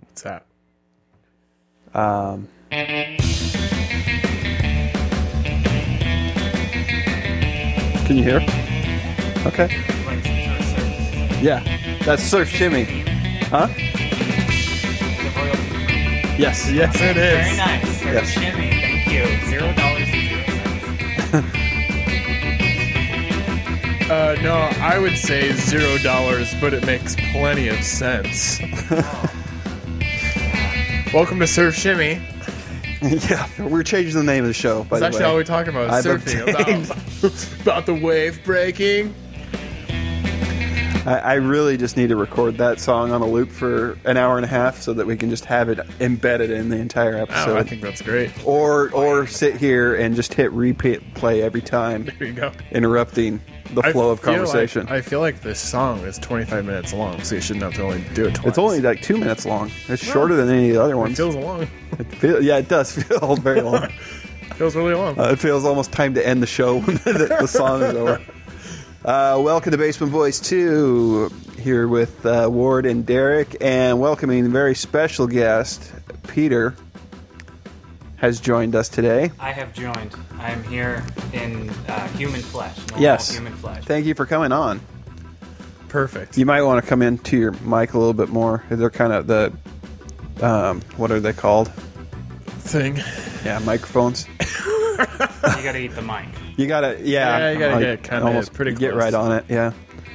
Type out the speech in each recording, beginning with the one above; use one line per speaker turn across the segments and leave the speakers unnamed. What's that?
Um, can you hear? Okay. Yeah, that's surf shimmy, huh? Yes.
Yes, it
Very
is.
nice. Very
Yes.
shimmy. Thank you. Zero dollars and zero cents.
Uh, no, I would say zero dollars, but it makes plenty of sense. Welcome to Surf Shimmy.
yeah, we're changing the name of the show. By
That's
the
actually all
way,
we're talking about.
I've
is surfing. About, about the wave breaking.
I, I really just need to record that song on a loop for an hour and a half so that we can just have it embedded in the entire
Oh,
episode,
I think that's great.
or or sit here and just hit repeat play every time,
There you go.
interrupting the flow of
feel like-
conversation.
I feel like this song is 25 minutes long, so you shouldn't have to only do it twice.
it's only like two minutes long. It's shorter than any of the other
It
ones.
feels long.
It feel- yeah, it does feel very long.
feels really long.
Uh, it feels almost time to end the show when the, the song is over. Uh, welcome to Basement Boys 2, here with uh, Ward and Derek, and welcoming very special guest, Peter, has joined us today.
I have joined. I am here in uh, human flesh. normal
Yes.
Human flesh.
Thank you for coming on.
Perfect.
You might want to come into your mic a little bit more. They're kind of the, um, what are they called?
Thing.
Yeah, microphones.
you gotta eat the mic.
You gotta, yeah,
Yeah, you gotta get kinda
almost
pretty
get
close.
right on it. Yeah,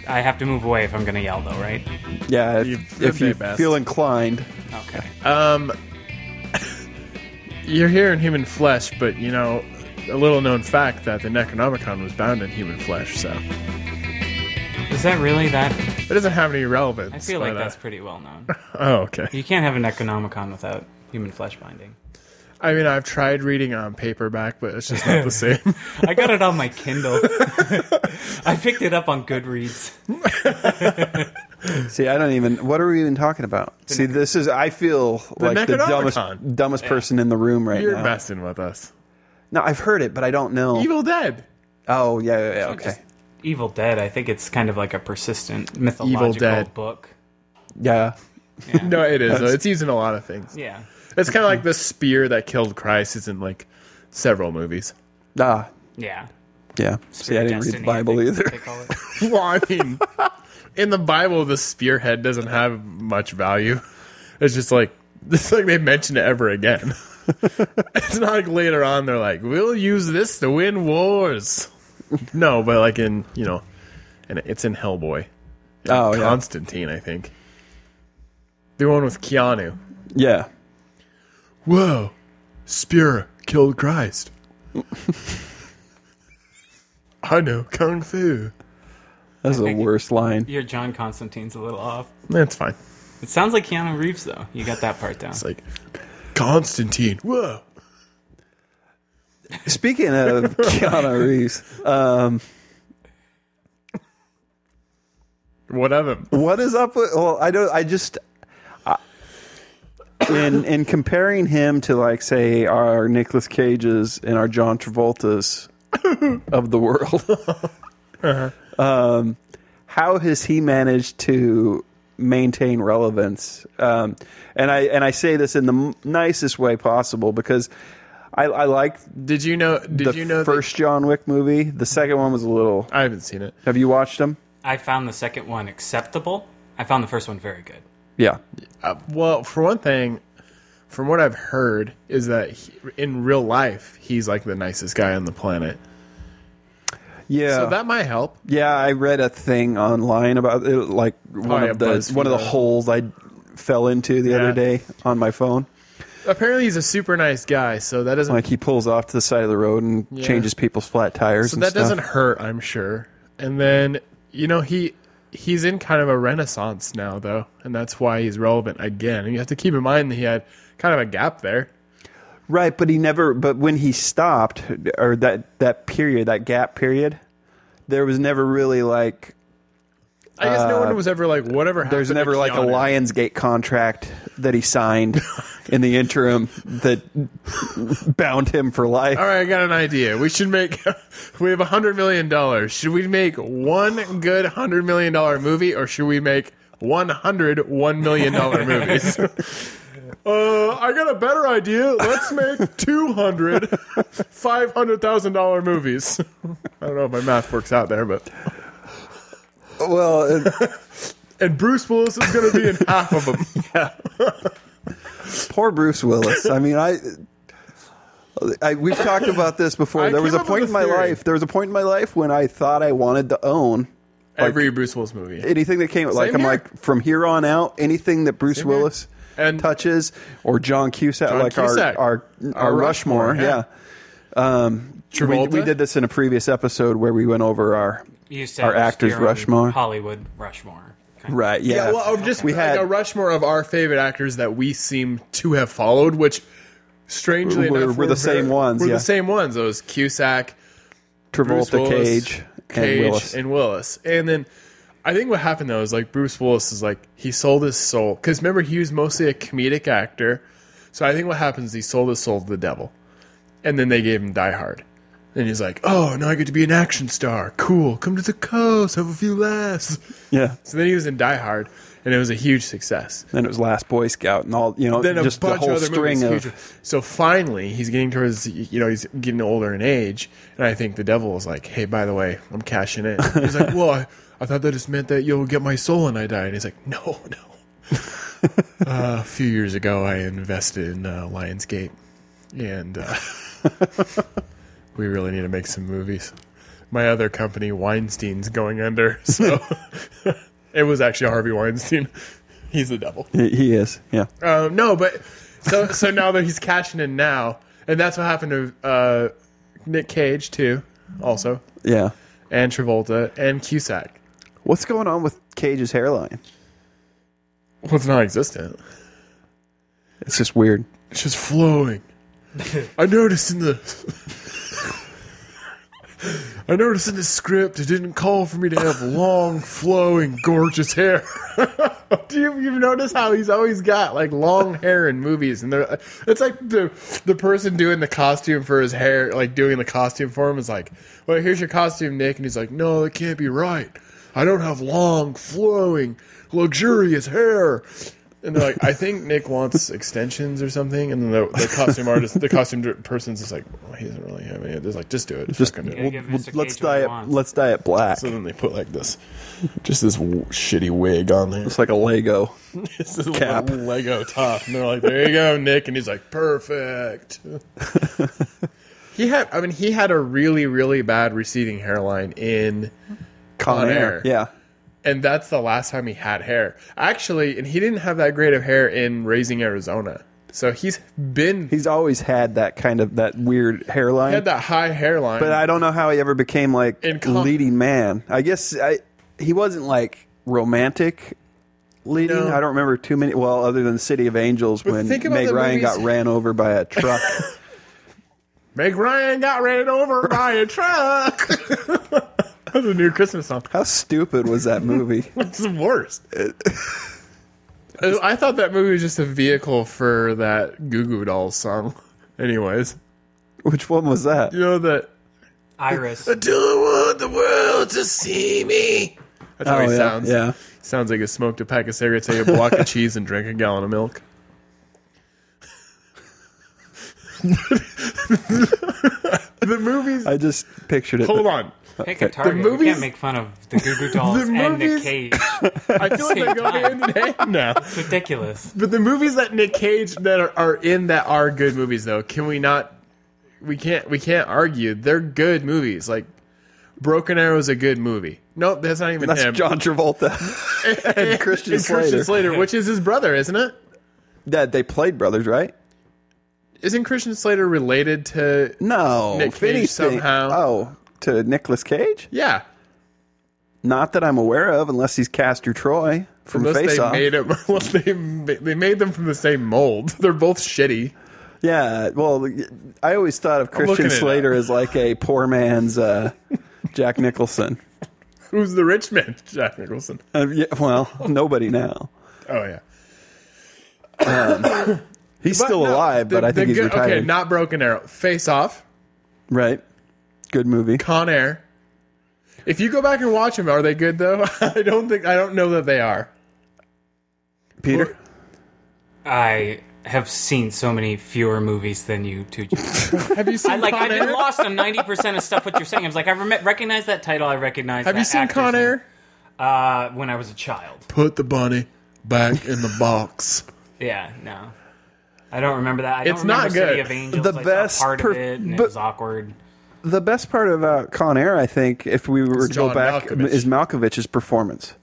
I have to move away if I'm gonna yell, though, right?
yeah. If
You-
if
that'd be
you,
best.
feel inclined,
Okay.
Um, you're here in human flesh, but you know, a little known fact that the Necronomicon was bound in human flesh, so
Is that really that?
it doesn't have any relevance.
I feel like
but, uh,
that's pretty well known.
oh, okay.
You can't have an Economicon without human flesh binding.
I mean, I've tried reading on paperback, but it's just not the same.
I got it on my Kindle. I picked it up on Goodreads.
See, I don't even. What are we even talking about? See, this is. I feel like the dumbest,
Necronomicon.
dumbest person in the room right
You're
now.
messing with us.
No, I've heard it, but I don't know.
Evil Dead.
oh, yeah, yeah, yeah. Okay.
Evil Dead. I think it's kind of like a persistent mythological
Evil Dead.
book.
yeah.
No, it is. It's used in a lot of things.
Yeah.
It's kind of like the spear that killed Christ is in like several movies.
Ah,
Yeah.
yeah. See, I didn't read the
Destiny, I
Bible
think
either.
they call it.
Well, I mean, in the Bible, the spearhead doesn't have much value. It's just like it's like they mention it ever again. it's not like later on they're like, "We'll use this to win wars." No, but like in you know, and it's in Hellboy,
Oh, yeah.
Constantine, I think, the one with Keanu.
Yeah.
Whoa, spear killed Christ. I know kung fu.
That's the worst line.
Your John Constantine's a little off.
That's fine.
It sounds like Keanu Reeves, though. You got that part down.
It's like Constantine. Whoa.
Speaking of Keanu Reeves, um,
What of him?
what is up with? Well, I don't. I just. I- In, in comparing him to like say our Nicolas Cages and our John Travoltas of the world,
Uh-huh.
um, how has he managed to maintain relevance? Um, and I and I say this in the m- nicest way possible because I, I like
Did you know? Did
the
you know? that-
first John Wick movie. The second one was a little.
I haven't seen it.
Have you watched them?
I found the second one acceptable. I found the first one very good.
Yeah,
Uh, well, for one thing, from what I've heard, is that he, in real life he's like the nicest guy on the planet.
yeah,
So that might help.
yeah. I read a thing online about it, like one
Probably
of
a
the
Oh, BuzzFeed
one of the
article.
holes I fell into the
Yeah.
other day on my phone.
Apparently, he's a super nice guy. So that doesn't.
Like he pulls off to the side of the road and changes people's flat tires.
so
and
that
stuff.
doesn't hurt. I'm sure. And then you know he he's in kind of a renaissance now though, and that's why he's relevant again. And you have to keep in mind that he had kind of a gap there.
Right, but he never. But when he stopped, or that that period, that gap period, there was never really like.
I guess no one was ever like whatever. Happened
Uh, There's
to
never like a
Keanu.
Lionsgate contract that he signed in the interim that bound him for life.
All right, I got an idea. We should make. we have a hundred million dollars. Should we make one good hundred million dollar movie, or should we make one hundred one million dollar movies? Uh, I got a better idea. Let's make 200 $500,000 movies. I don't know if my math works out there, but.
Well, uh,
And Bruce Willis is going to be in half of them.
poor Bruce Willis. I mean, I, I we've talked about this before.
I
there was
came
a
up
point
with
in
a
my
theory.
life. There was a point in my life when I thought I wanted to own
Every Bruce Willis movie.
anything that came. like I'm
here.
like from here on out, anything that Bruce
here.
Willis
And-
touches or John Cusack, like
Cusack.
our our our
Our
Rushmore,
Rushmore, yeah.
yeah. Um, we, we
Travolta?
did this in a previous episode where we went over our
You said
our actors
you're on
Rushmore,
Hollywood Rushmore. Kind of.
right? Yeah.
Yeah, well, I'm just
We
we
had-
had a Rushmore of our favorite actors that we seem to have followed, which strangely
We're-
enough,
we're the same ones,
We're
yeah.
the same ones. It was Cusack, Bruce
Travolta,
Willis,
Cage, and
Cage,
Willis.
and Willis. And then I think what happened though is like Bruce Willis is like he sold his soul because remember he was mostly a comedic actor. So I think what happens is he sold his soul to the devil, and then they gave him Die Hard. And he's like, "Oh, now I get to be an action star. Cool. Come to the coast, have a few laughs."
yeah.
So then he was in Die Hard, and it was a huge success.
Then it was Last Boy Scout and all you know,
Then a
just the
bunch
whole
of other
string
movies.
of
huge- So finally, he's getting towards you know he's getting older in age, and I think the devil is like, "Hey, by the way, I'm cashing in." He's like, "Well, I, I thought that just meant that you'll get my soul and I die," and he's like, "No, no." uh, a few years ago, I invested in uh, Lionsgate, and uh, we really need to make some movies. My other company, Weinstein's, going under, so it was actually Harvey Weinstein. He's the devil.
he he is, yeah.
Um, no, but so so now that he's cashing in now, and that's what happened to uh, Nick Cage too, also,
Yeah.
and Travolta and Cusack.
What's going on with Cage's hairline?
Well, it's non-existent.
It's just weird.
It's just flowing. I noticed in the. I noticed in the script it didn't call for me to have long, flowing, gorgeous hair. Do you you notice how he's always got like long hair in movies, and they're it's like the the person doing the costume for his hair, like doing the costume for him, is like, "Well, here's your costume, Nick," and he's like, "No, it can't be right. I don't have long, flowing, luxurious hair." And they're like, "I think Nick wants extensions or something," and then the, the costume artist, the costume dir- person's just like, well, "He doesn't really have any." They're like, "Just do it, just do it."
Yeah, give Mr.
let's
Cage what
dye
he
it.
wants.
Let's dye it black.
So then they put like this, just this w- shitty wig on there.
It's like a Lego.
It's a
Cap.
little Lego top, and they're like, "There you go, Nick," and he's like, "Perfect." he had, I mean, he had a really, really bad receding hairline in,
Con,
Con
Air.
Air.
Yeah.
and that's the last time he had hair, actually. And he didn't have that great of hair in Raising Arizona, so he's been he
He's always had that kind of that weird hairline.
had that high hairline.
but I don't know how he ever became like
In Con-
leading man. I guess I he wasn't like romantic leading.
No.
I don't remember too many. Well, other than City of Angels when
think about
Meg
the
Ryan got
movies-
ran over by a truck.
Meg Ryan got ran over by a truck. that's a new Christmas song.
how stupid was that movie?
It's the worst. I thought that movie was just a vehicle for that Goo Goo Dolls song. Anyways,
Which one was that?
you know that.
Iris.
Do I want the world to see me? That's how he
Oh, yeah,
sounds.
yeah.
Sounds like he smoked a pack of cigarettes, ate a block of cheese, and drank a gallon of milk. the movies.
I just pictured it.
Hold on.
Pick a target. We
movies-
can't make fun of the Goo Goo Dolls
The
and Nick
movies-
Cage.
I feel like they go hand in hand now.
It's ridiculous.
But the movies that Nick Cage that are, are in that are good movies though, can we not we can't we can't argue. They're good movies. Like Broken Arrow is a good movie. Nope, that's not even
That's
him.
John Travolta and Christian
It's
Slater.
Christian Slater, which is his brother, isn't it?
That they played brothers, right?
Isn't Christian Slater related to
No,
Nick
if
Cage
anything-
somehow.
Oh, to Nicolas Cage?
Yeah.
Not that I'm aware of, unless he's Castor Troy from
Unless
Face
they
Off.
made him unless they ma- they made them from the same mold. They're both shitty.
Yeah, well, I always thought of
looking
Christian
it
Slater as like a poor man's uh, Jack Nicholson.
Who's the rich man? Jack Nicholson.
Uh, yeah, well, nobody now.
Oh yeah.
He's
But
still
no,
alive,
the-
but I
the
think he's
good-
retired.
Okay, not Broken Arrow. Face off.
right. Good movie.
Con Air. If you go back and watch them, are they good though? I don't think I don't know that they are.
Peter?
I have seen so many fewer movies than you two.
Have you seen
I like.
Con
I've
Air?
been lost on ninety percent of stuff. What you're saying. I was like, I rem- recognize that title. I recognize.
Have
that
you seen
actor's
Con Air?
name, Uh, when I was a child.
Put the bunny back in the box.
Yeah. No. I don't remember that. I don't
It's
remember
not
City
good.
of Angels.
The
I saw
best
part
per-
of it, and
but-
it was awkward.
The best part about Con Air, I think, if we were to go
John
back,
Malkovich.
is Malkovich's performance.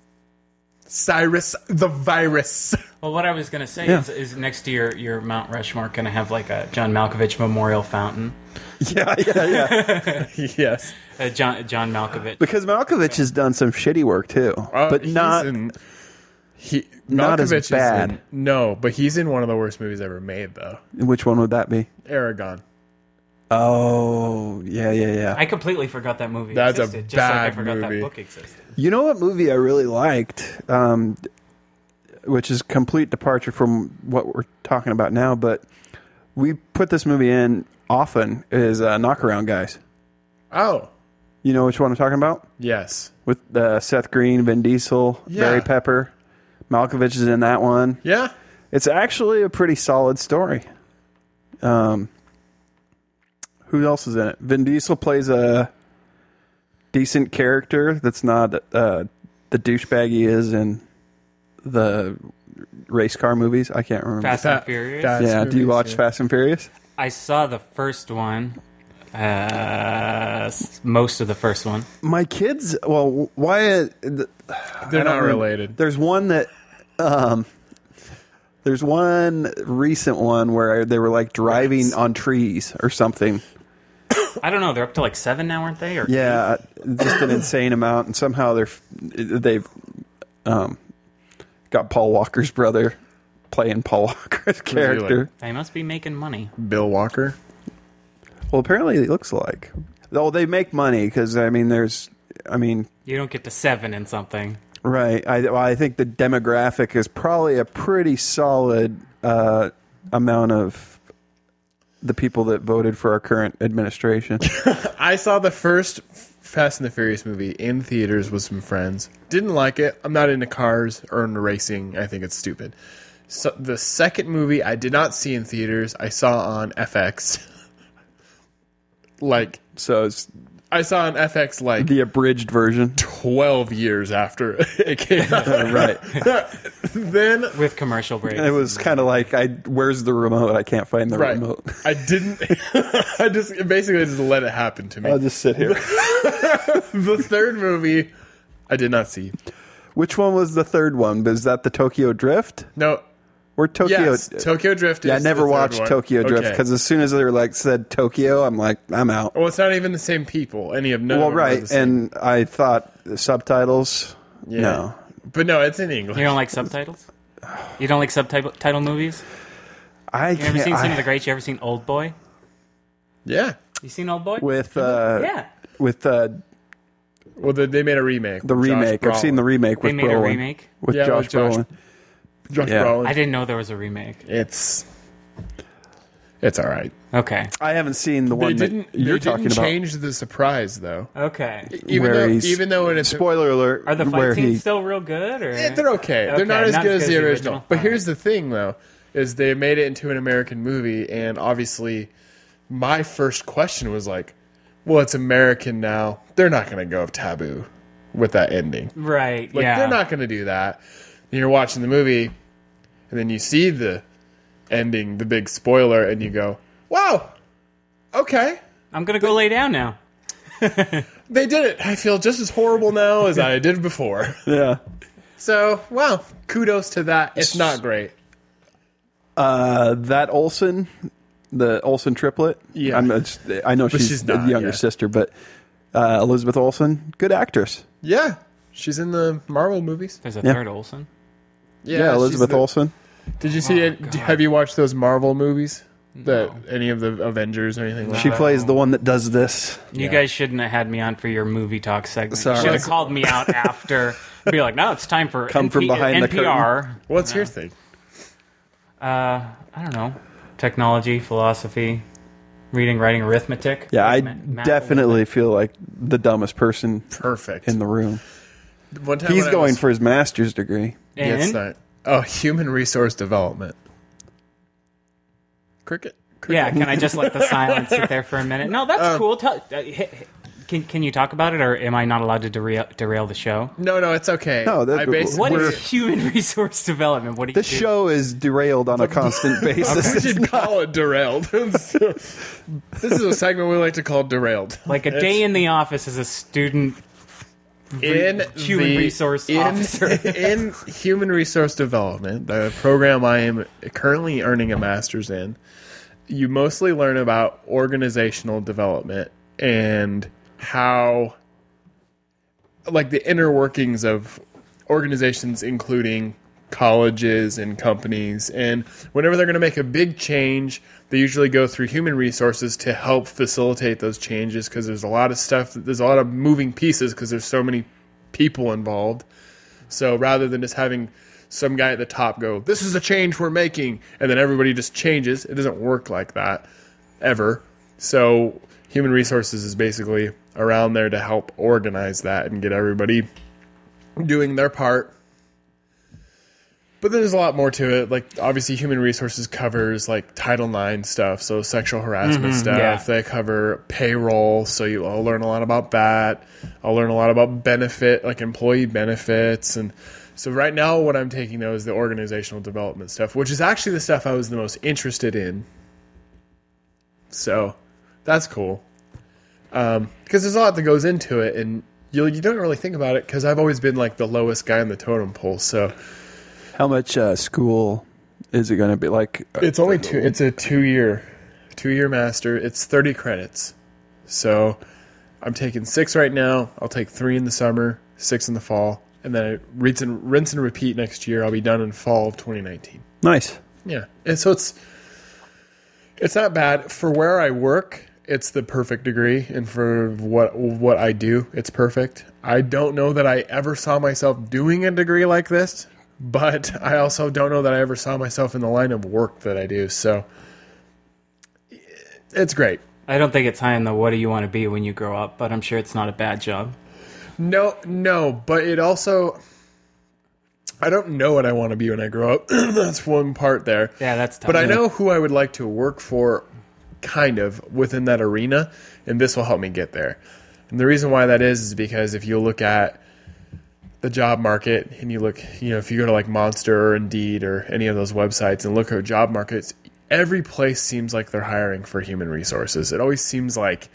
Cyrus the virus.
Well, what I was gonna say
Yeah.
is, is next year your Mount Rushmore gonna have like a John Malkovich memorial fountain.
Yeah, yeah, yeah.
yes.
Uh, John John Malkovich.
because Malkovich has done some shitty work too,
Uh,
but
he's
not.
in- he,
not as
Malkovich is in-
bad.
no, but he's in one of the worst movies ever made, though.
Which one would that be?
Aragon.
Oh, yeah, yeah, yeah.
I completely forgot that movie
That's a
existed. just like
bad
I forgot
movie.
that book existed.
You know what movie I really liked, um, which is complete departure from what we're talking about now, but we put this movie in often is uh, Knockaround Guys.
Oh,
You know which one I'm talking about?
yes.
With uh, Seth Green, Vin Diesel, Barry
Yeah.
Pepper. Malkovich is in that one.
Yeah.
It's actually a pretty solid story. Um, who else is in it? Vin Diesel plays a decent character that's not uh, the douchebag he is in the race car movies. I can't remember.
Fast and
That-
Furious.
that-
yeah, do you
movies,
watch
yeah.
Fast and Furious?
I saw the first one. Uh, s- most of the first one.
My kids, well, why? th-
They're
I
not
don't remember.
related.
There's one that, um, there's one recent one where they were like driving on trees or something.
I don't know. They're up to like seven now, aren't they? Or
Yeah, just an insane amount, and somehow they're they've um, got Paul Walker's brother playing Paul Walker's character.
they must be making money.
Bill Walker.
Well, apparently it looks like. Though they make money because I mean, there's, I mean,
You don't get to seven in something.
right? I well, I think the demographic is probably a pretty solid uh, amount of the people that voted for our current administration.
I saw the first Fast and the Furious movie in theaters with some friends. Didn't like it. I'm not into cars or into racing. I think it's stupid. So the second movie I did not see in theaters. I saw on FX. like
so it's
I saw on FX like
the abridged version,
12 years after it came out.
right?
then
With commercial breaks.
It was kind of like, I where's the remote? I can't find the
right.
remote.
I didn't I just basically just let it happen to me.
I'll just sit here.
the third movie I did not see.
Which one was the third one? Is that the Tokyo Drift?
No,
Or Tokyo?
Yes, Tokyo Drift. Is
yeah, I never
the third
watched
one.
Tokyo Drift
Okay. Oh,
because as soon as they were like said Tokyo, I'm like, I'm out.
well, it's not even the same people. Any of no.
well, right, and I thought the subtitles. No,
but no, it's in English.
You don't like subtitles? You don't like subtitle title movies?
I
You ever
can't.
seen some of
I,
the greats? You ever seen Old Boy?
yeah,
You seen Old Boy?
with uh,
yeah.
with uh,
well, they, they made a remake.
the remake, I've seen the remake
They
with
made a
Brolin
remake.
with
Yeah,
Josh
with Josh-
Brolin.
Josh
Yeah.
Brolin.
I didn't know there was a remake.
it's it's all right.
Okay.
I haven't seen the
They
one
didn't.
that you're
they didn't
talking about.
change the surprise though.
Okay.
Even
where
though,
he's-
even though it's
Spoiler alert!
Are the
where
fight
he
scenes still real good? Or
Eh, they're okay. They're not as good as the original. But here's the thing, though, is they made it into an American movie, and obviously, my first question was like, "Well, it's American now. They're not going to go taboo with that ending.
right.
Like,
yeah.
they're not going to do that." And you're watching the movie, and then you see the ending, the big spoiler, and you go, "Wow, okay."
I'm gonna go lay down now.
They did it. I feel just as horrible now as I did before.
yeah.
So, wow, kudos to that. It's not great.
Uh, that Olson, the Olson triplet.
Yeah.
I'm, it's- I know she's,
she's
the
not,
younger
yeah.
sister, but uh, Elizabeth Olson, good actress.
Yeah, she's in the Marvel movies.
There's a
Yeah.
third Olsen.
Yeah,
Yeah, Elizabeth
Olsen.
Olsen.
Did you see
Oh,
it?
God.
Have you watched those Marvel movies? That any of the Avengers or anything like
She
that?
plays the one that does this.
You guys shouldn't have had me on for your movie talk segment.
Sorry.
You should have called me out after. and Be like, no, it's time for
Come
NP-
from behind the
NPR.
What's your thing?
Uh, I don't know. Technology, philosophy, reading, writing, arithmetic.
Yeah, I
Ma- math,
definitely feel like the dumbest person
Perfect.
in the room.
One time
He's
when I
going
was-
for his master's degree.
Yeah, it's
And
not- Oh, human resource development. cricket. cricket.
Yeah, can I just let the silence sit there for a minute? No, that's cool. Tell, uh, hi- hi- can can you talk about it, or am I not allowed to derail, derail the show?
No, no, it's okay.
No, that-
I basically,
What is
We're-
human resource development? What do you
This
do?
show is derailed on a constant
we
basis.
should call it derailed. this is a segment we like to call derailed.
Like a day in the office as a student.
in
human
the-
resource
in,
officer.
in human resource development, the program I am currently earning a master's in, you mostly learn about organizational development and how, like, the inner workings of organizations, including colleges and companies. And whenever they're going to make a big change, they usually go through human resources to help facilitate those changes because there's a lot of stuff, there's a lot of moving pieces because there's so many people involved. So rather than just having some guy at the top go, this is a change we're making, and then everybody just changes, it doesn't work like that ever. So human resources is basically around there to help organize that and get everybody doing their part. But there's a lot more to it. Like obviously human resources covers like Title IX stuff, so sexual harassment stuff.
yeah.
They cover payroll, so you I'll learn a lot about that. I'll learn a lot about benefit, like employee benefits and so right now what I'm taking though is the organizational development stuff, which is actually the stuff I was the most interested in. So that's cool. Because there's a lot that goes into it, and you, you don't really think about it because I've always been like the lowest guy in the totem pole. So
How much uh, school is it going to be? Like, uh,
it's only two, it's a two year, two year master. It's 30 credits. So I'm taking six right now. I'll take three in the summer, six in the fall, and then I rinse and, rinse and repeat next year. I'll be done in fall of 2019.
nice.
Yeah, and so it's it's not bad for where I work. It's the perfect degree, and for what what I do, it's perfect. I don't know that I ever saw myself doing a degree like this, but I also don't know that I ever saw myself in the line of work that I do. So it's great.
I don't think it's high in the what do you want to be when you grow up, but I'm sure it's not a bad job.
No, no, but it also I don't know what I want to be when I grow up. That's one part there.
Yeah, that's tough.
But I know who I would like to work for, kind of within that arena, and this will help me get there. And the reason why that is is because if you look at the job market and you look, you know, if you go to like Monster or Indeed or any of those websites and look at job markets, every place seems like they're hiring for human resources. It always seems like,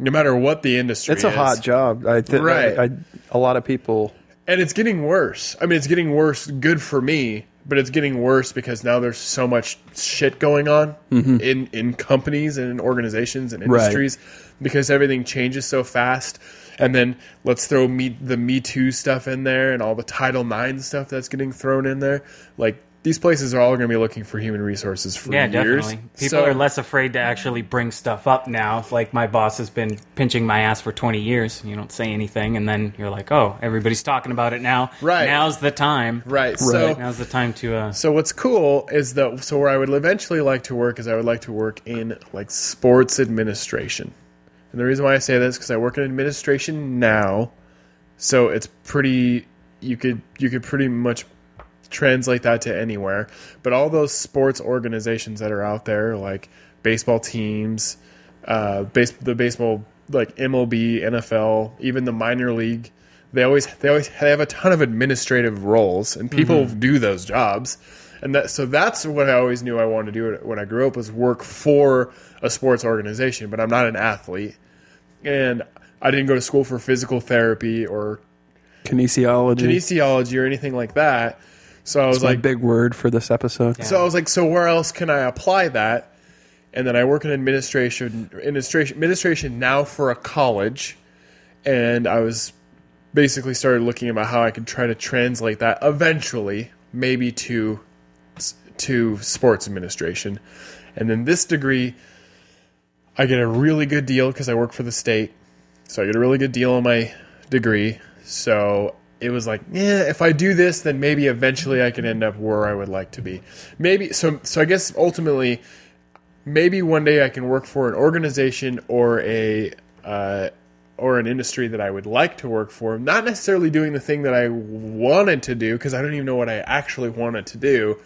no matter what the industry,
It's a
is,
hot job. I think
Right.
I, I, a lot of people.
and it's getting worse. I mean, it's getting worse. Good for me, but it's getting worse because now there's so much shit going on in in companies and in organizations and
Right.
industries because everything changes so fast. And then let's throw me, the Me Too stuff in there and all the Title IX stuff that's getting thrown in there. Like these places are all going to be looking for human resources for
Yeah,
years.
definitely. People
So-
are less afraid to actually bring stuff up now. Like my boss has been pinching my ass for 20 years. You don't say anything, and then you're like, "Oh, everybody's talking about it now.
Right.
Now's the time.
right. So
Now's the time to." Uh,
So what's cool is that so where I would eventually like to work is I would like to work in like sports administration. And the reason why I say this cuz I work in administration now. So it's pretty you could you could pretty much translate that to anywhere. But all those sports organizations that are out there like baseball teams, uh base the baseball like MLB, NFL, even the minor league they always they always they have a ton of administrative roles and people do those jobs and that so that's what i always knew i wanted to do when i grew up was work for a sports organization but i'm not an athlete and i didn't go to school for physical therapy or
Kinesiology.
kinesiology or anything like that so i was
It's my
like
big word for this episode.
so I was like, so where else can I apply that? And then I work in administration, administration, administration now for a college, and I was basically started looking about how I could try to translate that eventually, maybe to to sports administration, and then this degree, I get a really good deal because I work for the state, so I get a really good deal on my degree. So it was like, yeah, if I do this, then maybe eventually I can end up where I would like to be. Maybe so. So I guess ultimately, maybe one day I can work for an organization or a uh, or an industry that I would like to work for. Not necessarily doing the thing that I wanted to do because I don't even know what I actually wanted to do.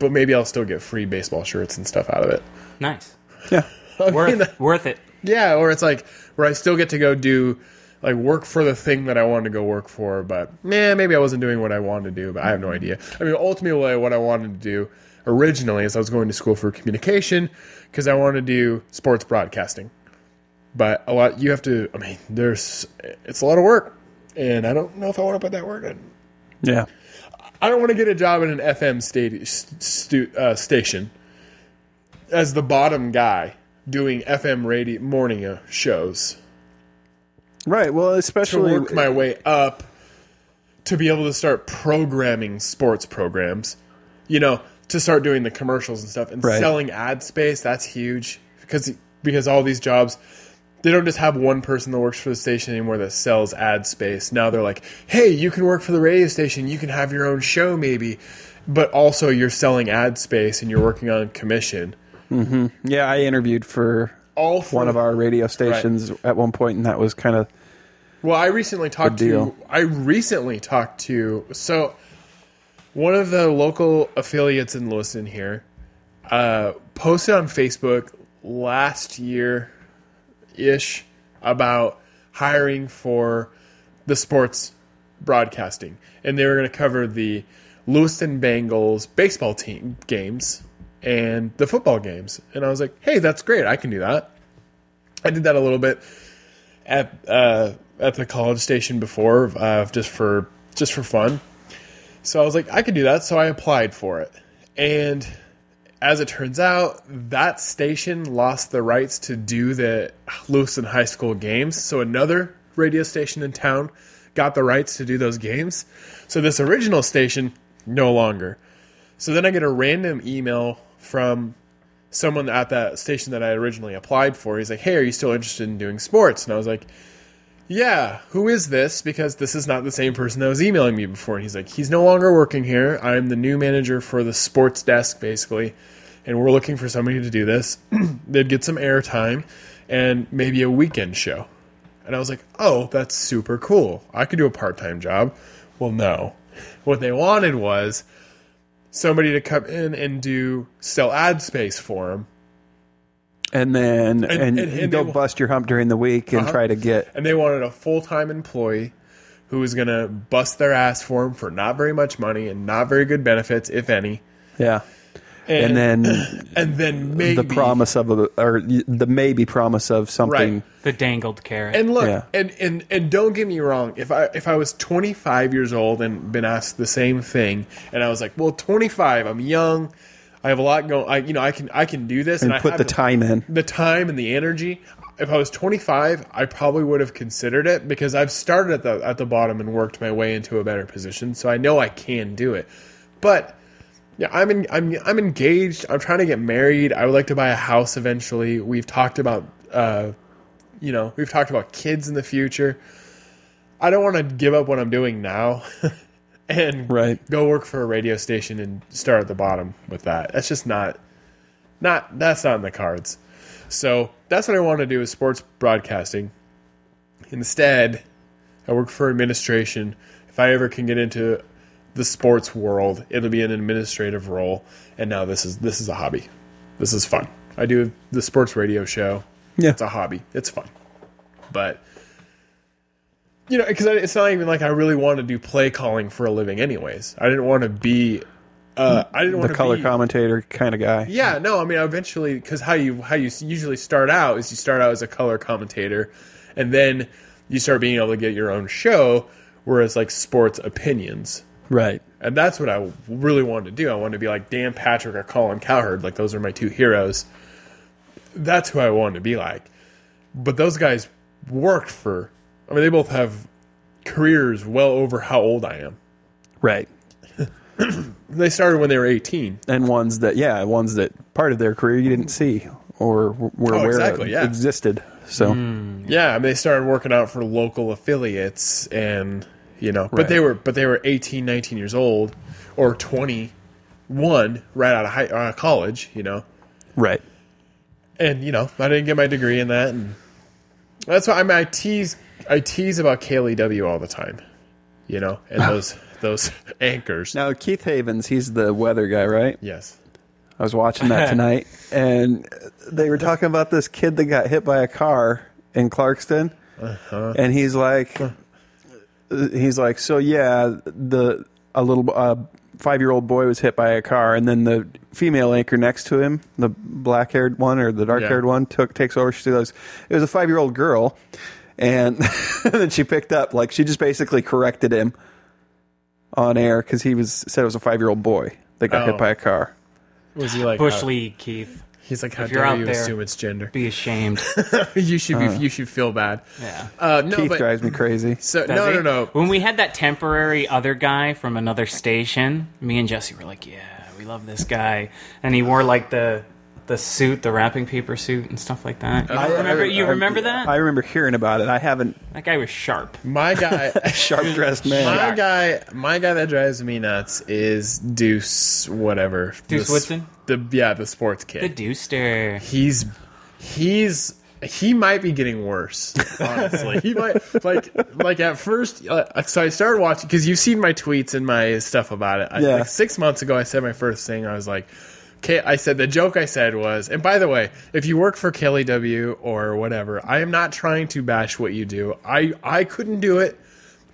but maybe I'll still get free baseball shirts and stuff out of it.
Nice.
Yeah.
I mean, uh,
Worth, worth it.
yeah, or it's like where I still get to go do like work for the thing that I wanted to go work for, but nah, maybe I wasn't doing what I wanted to do, but I have no idea. I mean, ultimately, what I wanted to do originally is I was going to school for communication because I wanted to do sports broadcasting. But a lot, you have to, I mean, there's, it's a lot of work, and I don't know if I want to put that work in.
Yeah.
I don't want to get a job at an FM sta- stu- uh, station as the bottom guy doing FM radio morning uh, shows
Right. Well,
to
especially
work my way up to be able to start programming sports programs. You know, to start doing the commercials and stuff and
Right.
selling ad space. That's huge because because all these jobs. They don't just have one person that works for the station anymore that sells ad space. Now they're like, hey, you can work for the radio station. You can have your own show, maybe, but also you're selling ad space and you're working on commission.
yeah, I interviewed for
All for
one of our radio stations at one point, and that was kind of
Well, I recently talked to
deal.
I recently talked to so one of the local affiliates in Lewiston here uh, posted on Facebook last year ish about hiring for the sports broadcasting, and they were going to cover the Lewiston Bengals baseball team games and the football games. And I was like, "Hey, that's great! I can do that." I did that a little bit at uh, at the college station before, uh, just for just for fun. So I was like, I could do that. So I applied for it, and as it turns out, that station lost the rights to do the Lewiston High School games. So another radio station in town got the rights to do those games. So this original station no longer. So then I get a random email from someone at that station that I originally applied for. He's like, "Hey, are you still interested in doing sports?" And I was like, "Yeah, who is this? Because this is not the same person that was emailing me before." And he's like, "He's no longer working here. I'm the new manager for the sports desk basically, and we're looking for somebody to do this. They'd get some airtime and maybe a weekend show." And I was like, "Oh, that's super cool. I could do a part-time job." Well, no. What they wanted was somebody to come in and do sell ad space for them
and
And-
then and,
and-
you
and
go
they- Uh-huh.
bust your hump during the week and try to get
and they wanted a full-time employee who was going to bust their ass for them for not very much money and not very good benefits if any
yeah and then
and then maybe
the promise of a, or the maybe promise of something
Right.
The dangled carrot.
and look
Yeah.
and, and and don't get me wrong if i if i was 25 years old and been asked the same thing and i was like well 25 i'm young i have a lot going i you know i can i can do this and,
and
I
put
have
the time in
the time and the energy. If I was 25, I probably would have considered it because I've started at the at the bottom and worked my way into a better position, so I know I can do it. But yeah, I'm in, I'm I'm engaged. I'm trying to get married. I would like to buy a house eventually. We've talked about uh, you know, we've talked about kids in the future. I don't want to give up what I'm doing now and
Right.
go work for a radio station and start at the bottom with that. That's just not not that's not in the cards. So that's what I want to do is sports broadcasting. Instead, I work for administration. If I ever can get into the sports world, it'll be an administrative role. And now this is this is a hobby. This is fun. I do the sports radio show.
Yeah.
It's a hobby. It's fun. But you know, because it's not even like I really want to do play calling for a living, anyways. I didn't want to be. Uh, I didn't want
the
to
color
be,
commentator kind of guy
yeah, no, I mean eventually because how you how you s- usually start out is you start out as a color commentator, and then you start being able to get your own show, whereas like sports opinions,
right
and that's what I really wanted to do. I wanted to be like Dan Patrick or Colin Cowherd, like those are my two heroes. That's who I wanted to be like, but those guys worked for. I mean, they both have careers well over how old I am.
right
They started when they were eighteen.
and ones that yeah ones that part of their career you didn't see or w- were
Oh,
aware
exactly,
of
yeah.
existed so
Yeah, I mean, they started working out for local affiliates and you know, but
Right.
they were but they were 18, 19 years old or 21 right out of high out of college, you know.
right
And you know, I didn't get my degree in that and that's why I mean, I tease I tease about KLEW all the time. You know, and those those anchors.
Now Keith Havens, he's the weather guy, right?
Yes.
I was watching that tonight, and they were talking about this kid that got hit by a car in Clarkston,
Uh-huh.
and he's like, he's like, so yeah, the a little uh, five year old boy was hit by a car, and then the female anchor next to him, the black haired one or the dark haired
Yeah.
one, took takes over. She goes, it was a five year old girl, and, and then she picked up like she just basically corrected him on air because he was said it was a five year old boy that got
Oh.
hit by a car.
Was he like
Bush
how-
League, Keith.
He's like, how
If you're
dare
out
you
there-
assume it's gender?
Be ashamed.
you should be. You should feel bad.
Yeah.
Uh, no,
Keith
but
drives me crazy.
so
Does
no,
he?
no, no.
When we had that temporary other guy from another station, me and Jesse were like, "Yeah, we love this guy," and he wore like the the suit, the wrapping paper suit, and stuff like that. You remember? you
I-
remember that?
I remember hearing about it. I haven't
that guy was sharp.
My guy,
sharp dressed man.
my guy, my guy that drives me nuts is Deuce, whatever.
Deuce
The s-
Woodson?
The yeah, the sports kid.
The Deuster.
he's he's he might be getting worse honestly he might like like at first uh, so i started watching because you've seen my tweets and my stuff about it I,
Yeah.
like six months ago i said my first thing i was like okay i said the joke i said was and by the way if you work for kelly w or whatever i am not trying to bash what you do i i couldn't do it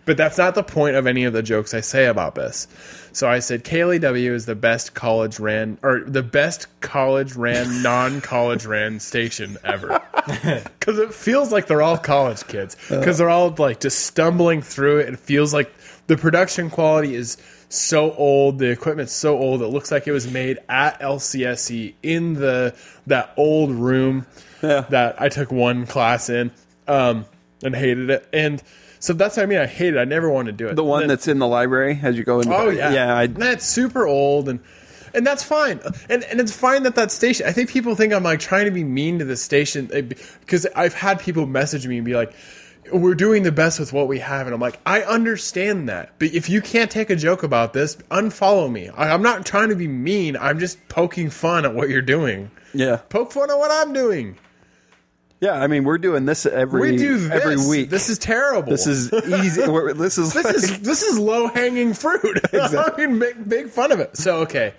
but that's not the point of any of the jokes I say about this. So I said Kaylee W is the best college ran or the best college ran non college ran station ever because it feels like they're all college kids
Uh.
because they're all like just stumbling through it. It feels like the production quality is so old, the equipment's so old. It looks like it was made at LCSE E in the that old room
Yeah.
that I took one class in um, and hated it. And so that's what I mean. I hate it. I never want to do it.
The one
And then-
that's in the library as you go in.
Oh yeah,
yeah. I,
that's super old and. And that's fine, and and it's fine that that station. I think people think I'm like trying to be mean to the station eh, be- because I've had people message me and be like, "We're doing the best with what we have," and I'm like, "I understand that, but if you can't take a joke about this, unfollow me. I, I'm not trying to be mean. I'm just poking fun at what you're doing.
yeah,
Poke fun at what I'm doing.
yeah. I mean, we're doing this every
We do this
every week.
This is terrible.
this is easy. We're- this is
this
like-
is this is low hanging fruit. I mean, make big fun of it. So okay.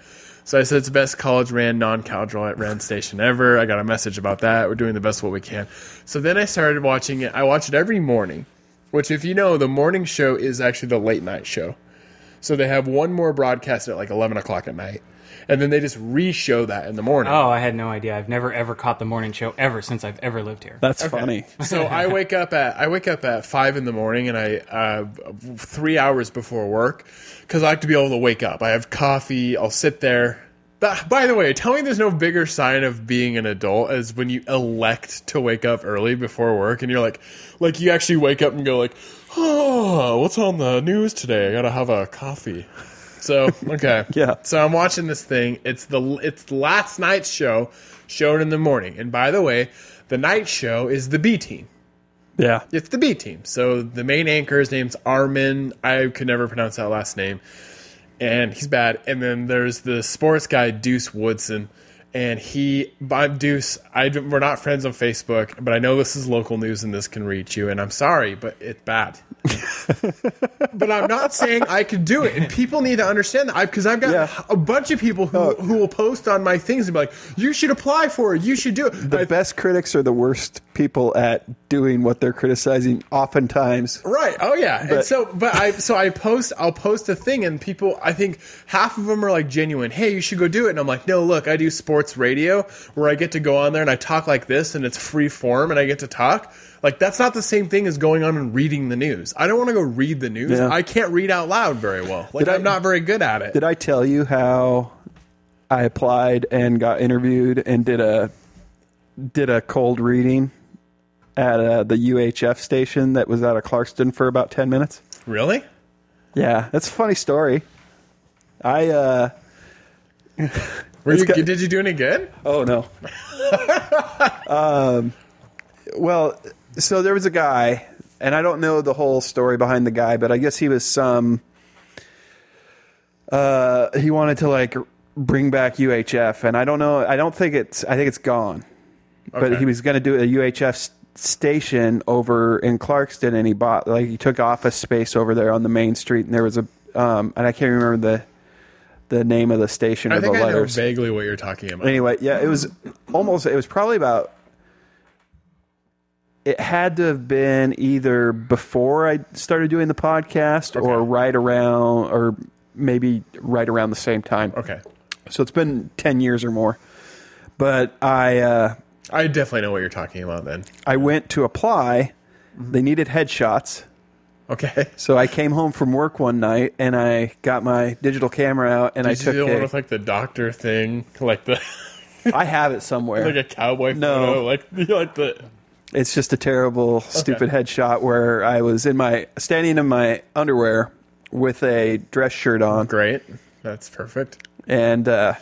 So I said it's the best college ran non college ran station ever. I got a message about that. We're doing the best what we can. So then I started watching it. I watch it every morning, which if you know, the morning show is actually the late night show. So they have one more broadcast at like eleven o'clock at night, and then they just re-show that in the morning.
Oh, I had no idea. I've never ever caught the morning show ever since I've ever lived here.
that's funny.
so I wake up at I wake up at five in the morning, and I uh, three hours before work because I like to be able to wake up. I have coffee. I'll sit there. But, by the way, tell me there's no bigger sign of being an adult as when you elect to wake up early before work, and you're like, like you actually wake up and go like, oh, what's on the news today? I gotta have a coffee. So okay,
Yeah.
So I'm watching this thing. It's the it's last night's show, shown in the morning. And by the way, the night show is the B team.
Yeah,
It's the B team. So the main anchor, his name's Armin. I could never pronounce that last name, and he's bad. And then there's the sports guy Deuce Woodson, and he by Deuce. I don't- we're not friends on Facebook, but I know this is local news and this can reach you. And I'm sorry, but it's bad. but I'm not saying I can do it, and people need to understand that because I've got
Yeah. Oh.
a bunch of people who who will post on my things and be like, "You should apply for it. You should do it."
the
I-
best critics are the worst people at doing what they're criticizing. Oftentimes,
Right. Oh yeah. and
But-
so, but I so I post I'll post a thing and people I think half of them are like genuine. Hey, you should go do it. And I'm like, no, look, I do sports radio where I get to go on there and I talk like this and it's free form and I get to talk. Like that's not the same thing as going on and reading the news. I don't want to go read the news.
Yeah.
I can't read out loud very well. Like
I-
I'm not very good at it.
did I tell you how I applied and got interviewed and did a did a cold reading at uh, the UHF station that was out of Clarkston for about ten minutes?
really?
Yeah, that's a funny story. I uh
Were you,
got-
did you do any good?
oh no. um well, so there was a guy and I don't know the whole story behind the guy, but I guess he was some uh he wanted to like bring back UHF and I don't know I don't think it's I think it's gone. But
Okay.
he was going to do a UHF s- station over in Clarkston and he bought like he took office space over there on the main street and there was a um, and I can't remember the the name of the station or
I think
the
I know
letters.
vaguely what you're talking about.
anyway, yeah, it was almost. It was probably about. It had to have been either before I started doing the podcast, or right around, or maybe right around the same time.
Okay.
So it's been ten years or more. But I. Uh,
I definitely know what you're talking about then.
I went to apply.
Mm-hmm.
They needed headshots.
Okay.
So I came home from work one night and I got my digital camera out and I
Did you
took
do the one
a,
with like the doctor thing, like the
I have it somewhere.
like a cowboy
No.
photo, like like the
it's just a terrible stupid headshot where I was in my standing in my underwear with a dress shirt on
great. That's perfect.
and uh,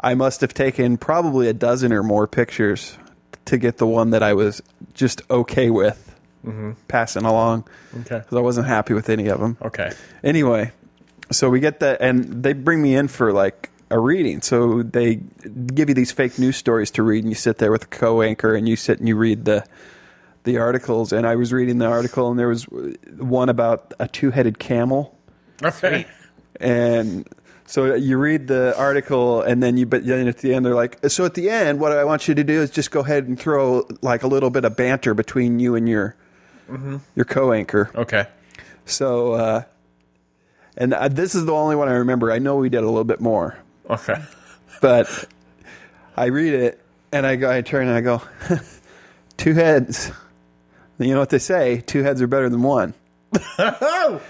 I must have taken probably a dozen or more pictures to get the one that I was just okay with passing along
Okay.
because I wasn't happy with any of them.
Okay.
Anyway, so we get that, and they bring me in for like a reading. So they give you these fake news stories to read, and you sit there with a co-anchor, and you sit and you read the the articles. And I was reading the article, and there was one about a two-headed camel,
Okay.
and so you read the article, and then you but then at the end they're like, so at the end, what I want you to do is just go ahead and throw like a little bit of banter between you and your your co-anchor.
Okay.
So, uh, and uh, this is the only one I remember. I know we did a little bit more,
Okay.
but I read it and I go, I turn and I go, two heads. You know what they say? Two heads are better than one.
Oh,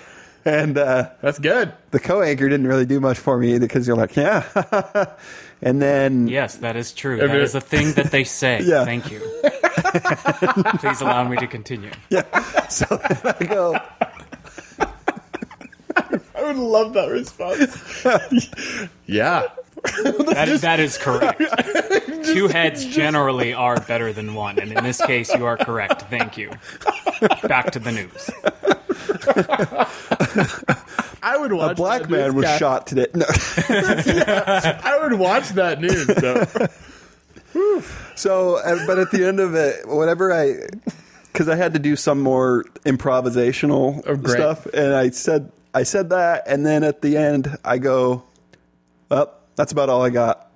And uh,
that's good.
the co-anchor didn't really do much for me either because you're like, yeah. and then
Yes, that is true.
mean-
That is a thing that they say.
Yeah.
Thank you. Please allow me to continue.
so I go,
I would love that response. yeah.
That, that is correct. Two heads generally are better than one, and in this case, you are correct. Thank you. Back to the news.
I would watch
a black
that news
man was
guy-
shot today. No.
I would watch that news though.
So, uh, but at the end of it, whenever I, because I had to do some more improvisational
Oh, great.
stuff, and I said I said that, and then at the end I go, "Well, that's about all I got."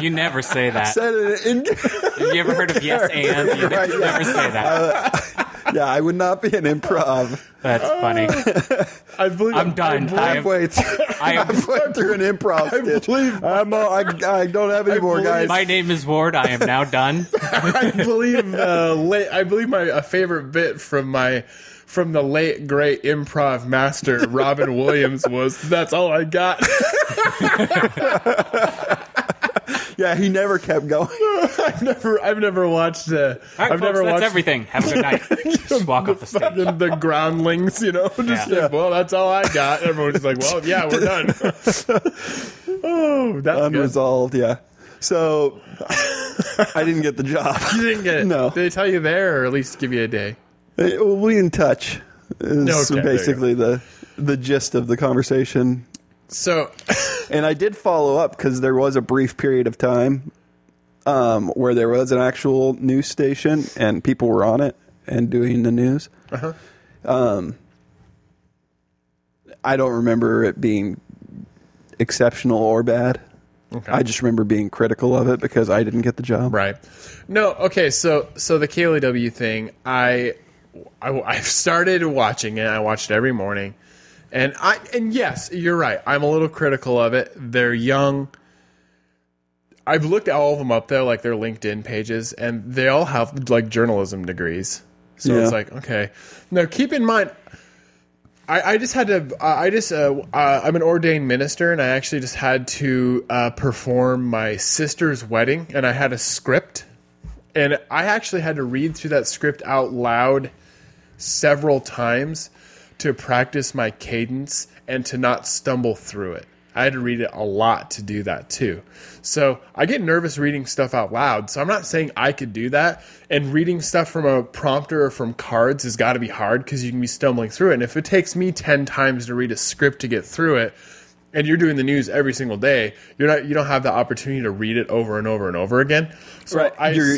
You never say that.
Said it in,
Have you ever heard of yes and? You
Right, yeah.
never say that.
yeah, I would not be an improv
That's funny.
I believe
I'm done. I am,
halfway th-
I am,
halfway through an improv sketch.
believe-
I'm, uh, I, I don't have any more
believe
guys.
my name is Ward. I am now done.
I believe uh, late, I believe my a favorite bit from my from the late great improv master Robin Williams was that's all I got.
yeah, he never kept going.
I've never I've never watched uh,
All right,
I've
folks,
never
that's
watched
everything. Have a good night. Just walk off the stage.
fucking the groundlings, you know, just
Yeah.
like, well, that's all I got. Everyone's just like, well, yeah, we're done. oh, that's good.
Unresolved. Yeah. So I didn't get the job.
You didn't get it.
No.
Did they tell you there, or at least give you a day?
Uh, well, we didn't touch. Is
Okay, there you
basically the the gist of the conversation.
So,
And I did follow up because there was a brief period of time um, where there was an actual news station and people were on it and doing the news. Um,
Uh-huh.
I don't remember it being exceptional or bad.
okay.
I just remember being critical of it because I didn't get the job.
Right. No. Okay. So so the KLEW thing, I, I I've started watching it. I watch it every morning, and I and yes, you're right. I'm a little critical of it. They're young. I've looked at all of them up there, like their LinkedIn pages, and they all have like journalism degrees. So
Yeah.
it's like okay. Now keep in mind, I, I just had to. I I just. Uh, uh, I'm an ordained minister, and I actually just had to uh, perform my sister's wedding, and I had a script, and I actually had to read through that script out loud several times to practice my cadence and to not stumble through it. I had to read it a lot to do that too. So I get nervous reading stuff out loud. So I'm not saying I could do that. And reading stuff from a prompter or from cards has got to be hard because you can be stumbling through it. And if it takes me 10 times to read a script to get through it, and you're doing the news every single day, you're not you don't have the opportunity to read it over and over and over again. So I
You're,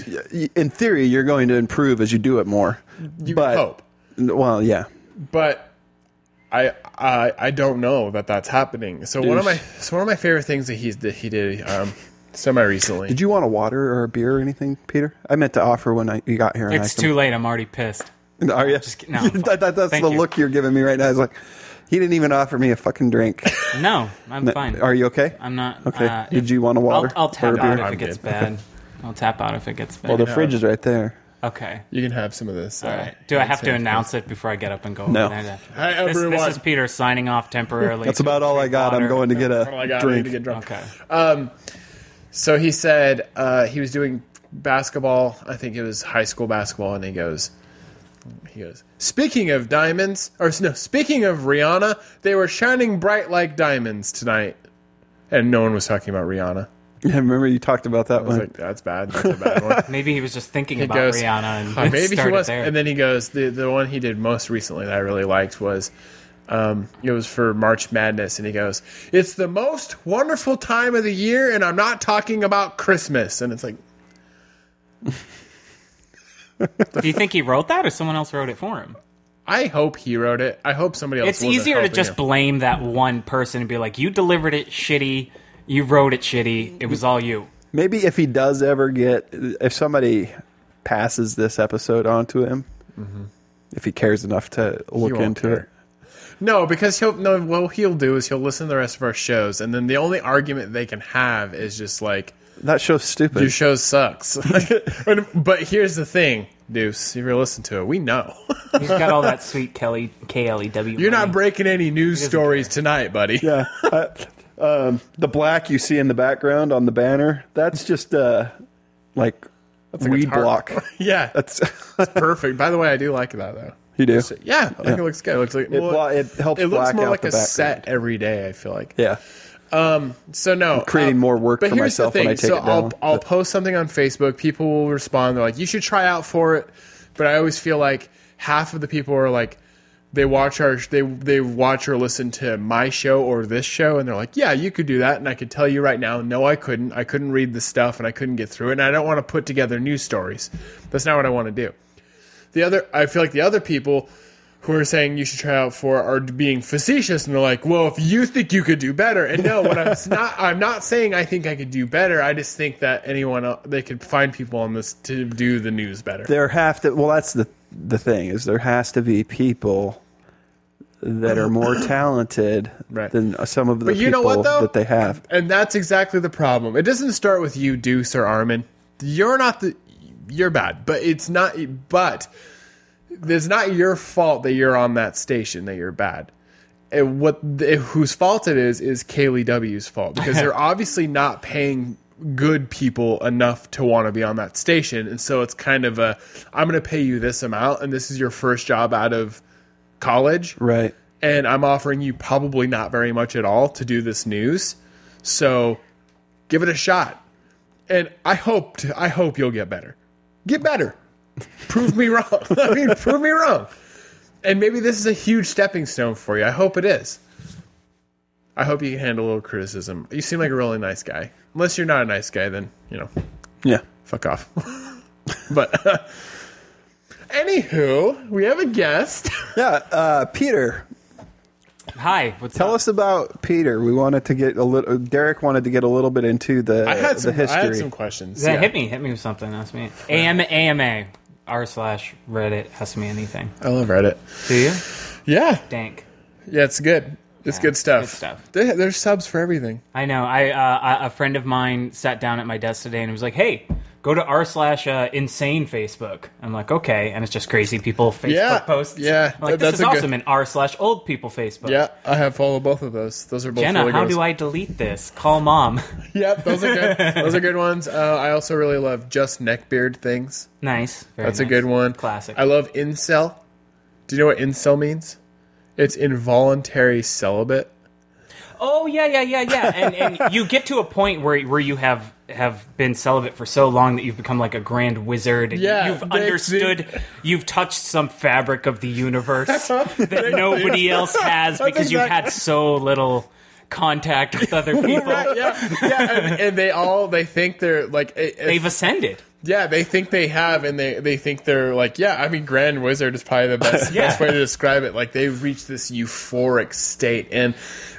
in uh, theory, you're going to improve as you do it more. You
hope.
Well, yeah.
but I I I don't know that that's happening. So one of my
Douche.
so one of my favorite things that he's that he did um semi recently.
Did you want a water or a beer or anything, Peter? I meant to offer when I, you got here. and
It's
I
too late. I'm already pissed.
Are you?
kidding. No, I'm fine.
that, that- that's
Thank
the
you.
look you're giving me right now. It's like he didn't even offer me a fucking drink.
No, I'm fine.
Are you okay?
I'm not.
Okay.
Uh,
Did you want a water?
I'll, I'll
or
tap
a
out
beer?
if
I'm
it gets
good.
bad. I'll tap out if it gets
Well,
bad.
the fridge is right there.
okay.
You can have some of this. uh,
All right. Do I have to announce it before I get up and go?
No.
over there?
Hi,
This, this
everyone.
is Peter signing off temporarily.
That's about all I
Drink
got.
water.
I'm going to get a
Oh my god, I need
drink.
to get drunk.
Okay.
So he said uh, he was doing basketball. I think it was high school basketball, and he goes, he goes. Speaking of diamonds, or no, speaking of Rihanna, they were shining bright like diamonds tonight, and no one was talking about Rihanna.
Yeah, remember you talked about that
I was
one.
like, that's bad. That's a bad one.
Maybe he was just thinking
He
about
goes,
Rihanna and
"Huh, maybe he
started
was.
there.
And then he goes, the the one he did most recently that I really liked was, um, it was for March Madness, and he goes, "It's the most wonderful time of the year, and I'm not talking about Christmas." And it's like,
Do you think he wrote that, or someone else wrote it for him?
I hope he wrote it. I hope somebody else.
It's
wasn't
easier to
helping
just
him.
blame that one person and be like, "You delivered it shitty. You wrote it shitty. It was all you."
Maybe if he does ever get, if somebody passes this episode on to him, Mm-hmm. if he cares enough to look
won't
into it.
care. no, because he'll no. What he'll do is he'll listen to the rest of our shows, and then the only argument they can have is just like
That show's stupid.
your show sucks. And- but here's the thing, Deuce. If you're listening to it, we know
He's got all that sweet Kelly K L E W.
you're not breaking any news stories tonight, buddy.
yeah. I- um, the black you see in the background on the banner, that's just uh, like weed
guitar.
block.
Yeah, that's
That's
perfect. By the way, I do like that though.
you do.
Yeah, I think it looks good. It looks like
It blo- it helps
It looks
black
more
out
like
the
a
background.
set every day. I feel like.
Yeah.
So no, um,
creating more work
but
for
here's
myself
the thing.
when I take
so
it down,
I'll I'll
but-
post something on Facebook. People will respond. They're like, "You should try out for it," but I always feel like half of the people are like, they watch our they they watch or listen to my show or this show, and they're like, "Yeah, you could do that," and I could tell you right now, no, I couldn't. I couldn't read the stuff, and I couldn't get through it, and I don't want to put together news stories. That's not what I want to do. The other, I feel like the other people who are saying you should try out for are being facetious and they're like, "Well, if you think you could do better." And no, what I'm s- not I'm not saying I think I could do better. I just think that anyone el- they could find people on this to do the news better.
there have to well that's the the thing is there has to be people that are more talented
Right.
than some of the
But
people
you know what, though?
that they have.
And that's exactly the problem. It doesn't start with you, Deuce or Armin. You're not the you're bad, but it's not but it's not your fault that you're on that station that you're bad. And what the, whose fault it is is Kaylee W's fault because they're obviously not paying good people enough to want to be on that station, and so it's kind of a I'm going to pay you this amount, and this is your first job out of college,
Right.
and I'm offering you probably not very much at all to do this news. So give it a shot. And I hope to, I hope you'll get better. Get better. prove me wrong. I mean, prove me wrong. And maybe this is a huge stepping stone for you. I hope it is. I hope you can handle a little criticism. You seem like a really nice guy. Unless you're not a nice guy, then, you know,
Yeah.
fuck off. but anywho, we have a guest.
Yeah. Uh, Peter,
Hi, what's
tell
up?
us about Peter. We wanted to get a little. Derek wanted to get a little bit into the
I had some,
Uh, the history.
I had some questions.
Yeah,
yeah.
Hit me, hit me with something. That's me. AM AMA r slash Reddit. Ask me anything.
I love Reddit.
Do you?
Yeah,
Dank.
yeah, it's good. It's good
it's
stuff.
good stuff.
They, there's subs for everything.
I know. I uh, I- a friend of mine sat down at my desk today and was like, "Hey, go to r slash uh, insane Facebook." I'm like, "Okay," and it's just crazy people Facebook
Yeah,
posts.
yeah,
I'm like
that-
this
that's
is
a good-
awesome. And r slash old people Facebook.
Yeah, I have followed both of those. Those are both.
Jenna,
really
how
good
do
ones.
I delete this? Call mom.
Yep, those are good. those are good ones. Uh, I also really love just neckbeard things.
nice. Very
That's a
nice.
good one.
Classic.
I love incel. Do you know what incel means? It's involuntary celibate.
Oh yeah, yeah, yeah, yeah. And and you get to a point where where you have have been celibate for so long that you've become like a grand wizard and
Yeah,
you've
they-
understood you've touched some fabric of the universe that nobody else has
That's
because you've
exact-
had so little contact with other people.
yeah, yeah, and, and they all they think they're like it- it's-
They've ascended.
Yeah, they think they have, and they, they think they're like, yeah. I mean, Grand Wizard is probably the best,
Yeah.
best way to describe it. Like they reach this euphoric state, and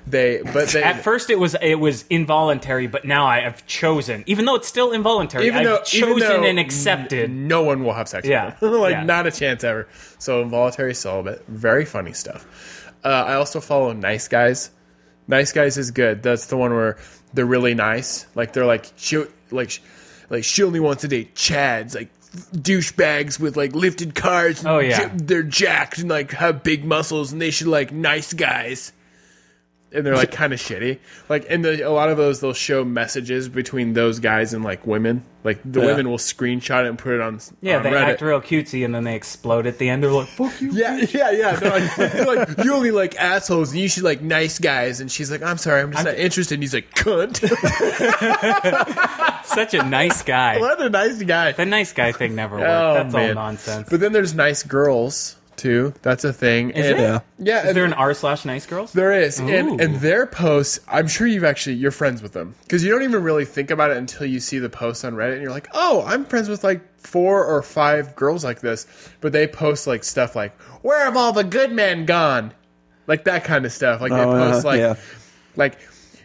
they but they
At first, it was it was involuntary, but now I have chosen, even though it's still involuntary. I've chosen
even though
and accepted.
n- no one will have sex
Yeah.
with them. like,
Yeah.
not a chance ever. So, involuntary celibate. Very funny stuff. Uh, I also follow Nice Guys. Nice Guys is good. That's the one where they're really nice. Like, they're like, she, like, sh- like she only wants to date Chads, like, douchebags with like lifted cars and
Oh, yeah.
j- they're jacked and like have big muscles and they should like nice guys and they're like kind of shitty. Like, and the, a lot of those they'll show messages between those guys and like women. Like the
Yeah.
women will screenshot it and put it on.
yeah,
on
they
Reddit.
act real cutesy, and then they explode at the end. They're like, "Fuck you!"
Yeah, yeah, yeah. They're like, they're like, you only like assholes, and you should like nice guys. And she's like, I'm sorry, I'm just not interested. And he's like, cunt.
Such a nice guy.
what a nice guy.
The nice guy thing never worked.
Oh,
That's all
man.
nonsense.
But then there's nice girls too. That's a thing.
Is
and,
it?
Yeah.
Yeah,
Is
and-
there an r slash nice girls?
There is, and,
Ooh.
and their posts. I'm sure you've actually you're friends with them because you don't even really think about it until you see the posts on Reddit, and you're like, oh, I'm friends with like four or five girls like this. But they post like stuff like, where have all the good men gone? Like that kind of stuff. Like they
Oh, uh,
post like
yeah.
like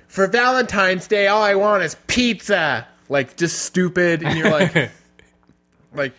for Valentine's Day, all I want is pizza. Like just stupid, and you're like, like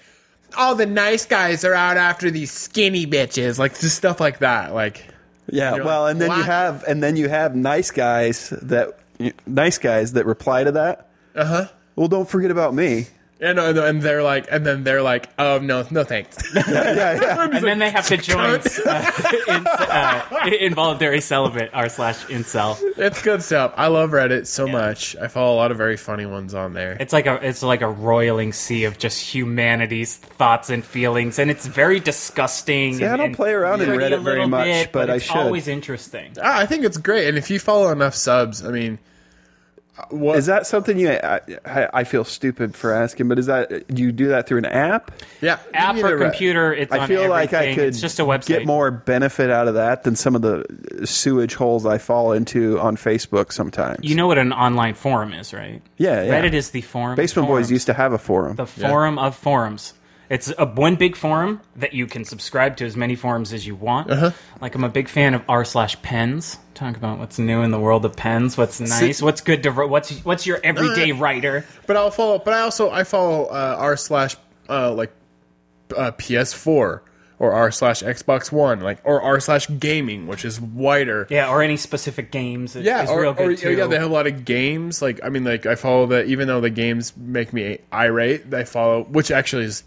all the nice guys are out after these skinny bitches. Like just stuff like that. Like.
Yeah,
You're
well,
like,
and then you
"What?"
have and then you have nice guys that nice guys that reply to that. Uh huh.
Uh-huh.
Well, don't forget about me.
And, and and they're like, and then they're like, oh no, no thanks.
Yeah, yeah.
and then they have to join uh, in, uh, involuntary celibate r slash incel.
it's good stuff. I love Reddit so much. I follow a lot of very funny ones on there.
It's like a it's like a roiling sea of just humanity's thoughts and feelings, and it's very disgusting.
I
and-
don't
and
play around in
pretty a
Reddit very
little
much,
bit,
but I
it's
should.
Always interesting.
Ah, I I think it's great, and if you follow enough subs, I mean, uh, what
Is that something you? I, I I feel stupid for asking, but is that do you do that through an app?
yeah,
App
you need
or
a Reddit.
computer, it's
I
on
feel like I
everything.
could
It's just a website.
get more benefit out of that than some of the sewage holes I fall into on Facebook sometimes.
You know what an online forum is, right?
Yeah, yeah.
Reddit is the forum. of
Basement
forums.
Boys used to have a forum.
the forum of forums. It's a one big forum that you can subscribe to as many forums as you want.
Uh-huh.
Like I'm a big fan of r slash pens. Talk about what's new in the world of pens. What's nice. what's good to. What's what's your everyday writer?
But I'll follow. But I also I follow uh, r slash uh, like uh, PS4 or r slash Xbox One, like or r slash gaming, which is wider.
Yeah, or any specific games. It's,
Yeah,
it's
or,
real good
or,
too.
yeah, they have a lot of games. Like I mean, like I follow the even though the games make me irate, I follow which actually is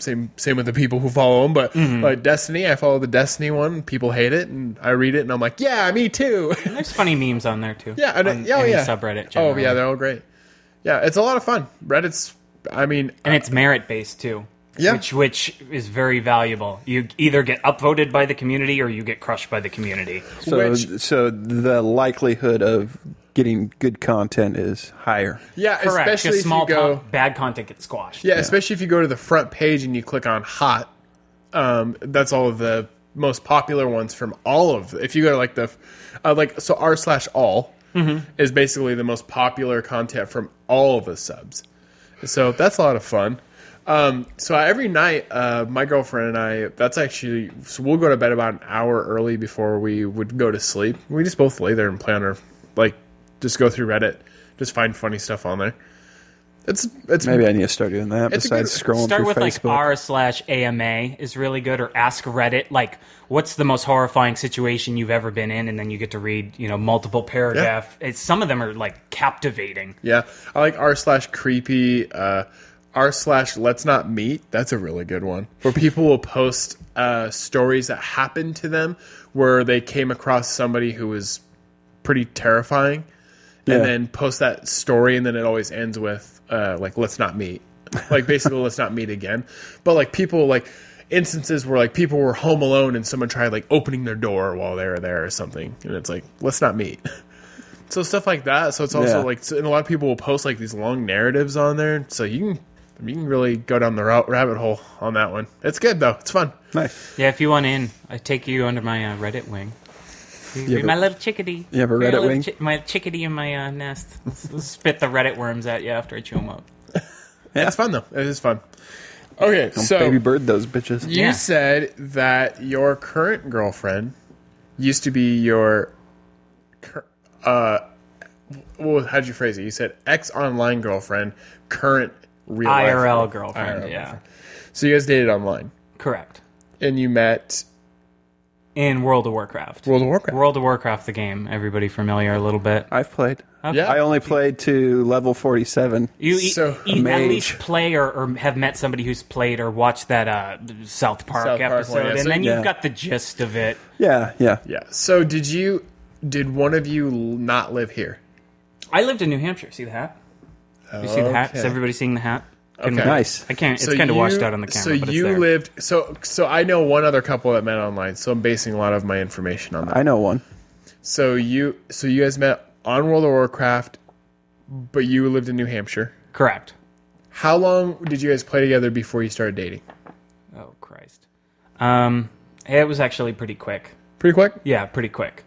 same same with the people who follow them. But
Mm-hmm.
like Destiny, I follow the Destiny one. People hate it, and I read it, and I'm like, yeah, me too.
There's funny memes on there too.
yeah, and
on
yeah, oh,
any
yeah.
subreddit.
Oh
Generally.
yeah, they're all great. Yeah, it's a lot of fun. Reddit's. I mean,
and it's merit based too.
Yeah.
which which is very valuable. You either get upvoted by the community or you get crushed by the community.
so,
which-
so the likelihood of getting good content is higher.
yeah,
Correct.
especially
Because
if
small
you go.
con- bad content gets squashed.
Yeah, especially if you go to the front page and you click on hot. Um, that's all of the most popular ones from all of. If you go to like the, uh, like so r slash all is basically the most popular content from all of the subs. So that's a lot of fun. Um, so every night, uh, my girlfriend and I, that's actually, so we'll go to bed about an hour early before we would go to sleep. We just both lay there and play on our, like, just go through Reddit, just find funny stuff on there. It's, it's
Maybe I need to start doing that
It's a
besides
good-
scrolling
Start
through
with like
Facebook.
r slash AMA is really good, or ask Reddit like what's the most horrifying situation you've ever been in, and then you get to read you know multiple paragraph. It's, some of them are like captivating.
Yeah, I like r slash creepy. Uh, r slash let's not meet. That's a really good one where people will post uh, stories that happened to them where they came across somebody who was pretty terrifying,
Yeah.
and then post that story, and then it always ends with uh, like let's not meet. like basically let's not meet again. But like people like instances where like people were home alone and someone tried like opening their door while they were there or something and it's like let's not meet so stuff like that. So it's also
Yeah.
like, so- and a lot of people will post like these long narratives on there. So you can you can really go down the route, rabbit hole on that one. It's good though. It's fun.
nice.
Yeah, if you want in, I take you under my uh, Reddit wing. You- you're
have a-
my little chickadee.
you have a
You're my
Reddit
little
wing?
chi- my chickadee in my uh, nest. Spit the Reddit worms at you after I chew them up.
It's fun though. It is fun. Okay, so
Baby bird those bitches.
you
Yeah.
said that your current girlfriend used to be your, cur- uh, well, how'd you phrase it? You said ex online girlfriend, current real life girlfriend.
IRL girlfriend.
IRL
yeah,
girlfriend. So you guys dated online,
correct.
and you met
In World of Warcraft.
World of Warcraft.
World of Warcraft, the game. Everybody familiar a little bit.
I've played.
yeah,
I only played to level 47.
You e-
So-
e-
Mage.
at least play or, or have met somebody who's played or watched that uh, South Park
South Park one,
episode,
yeah,
and
so-
then
Yeah.
you've got the gist of it.
Yeah, yeah.
yeah. So did you? Did one of you l- not live here?
I lived in New Hampshire. See the hat? You see the hat? Is
Okay.
everybody seeing the hat? Can
Okay.
we-
Nice.
I can't. It's
So
kind of
you-
washed out on the camera.
So
but it's
you
there.
lived. So so I know one other couple that met online. So I'm basing a lot of my information on that.
I know one.
So you so you guys met on World of Warcraft, but you lived in New Hampshire.
correct.
How long did you guys play together before you started dating?
Oh Christ. Um, it was actually pretty quick.
Pretty quick.
Yeah, pretty quick.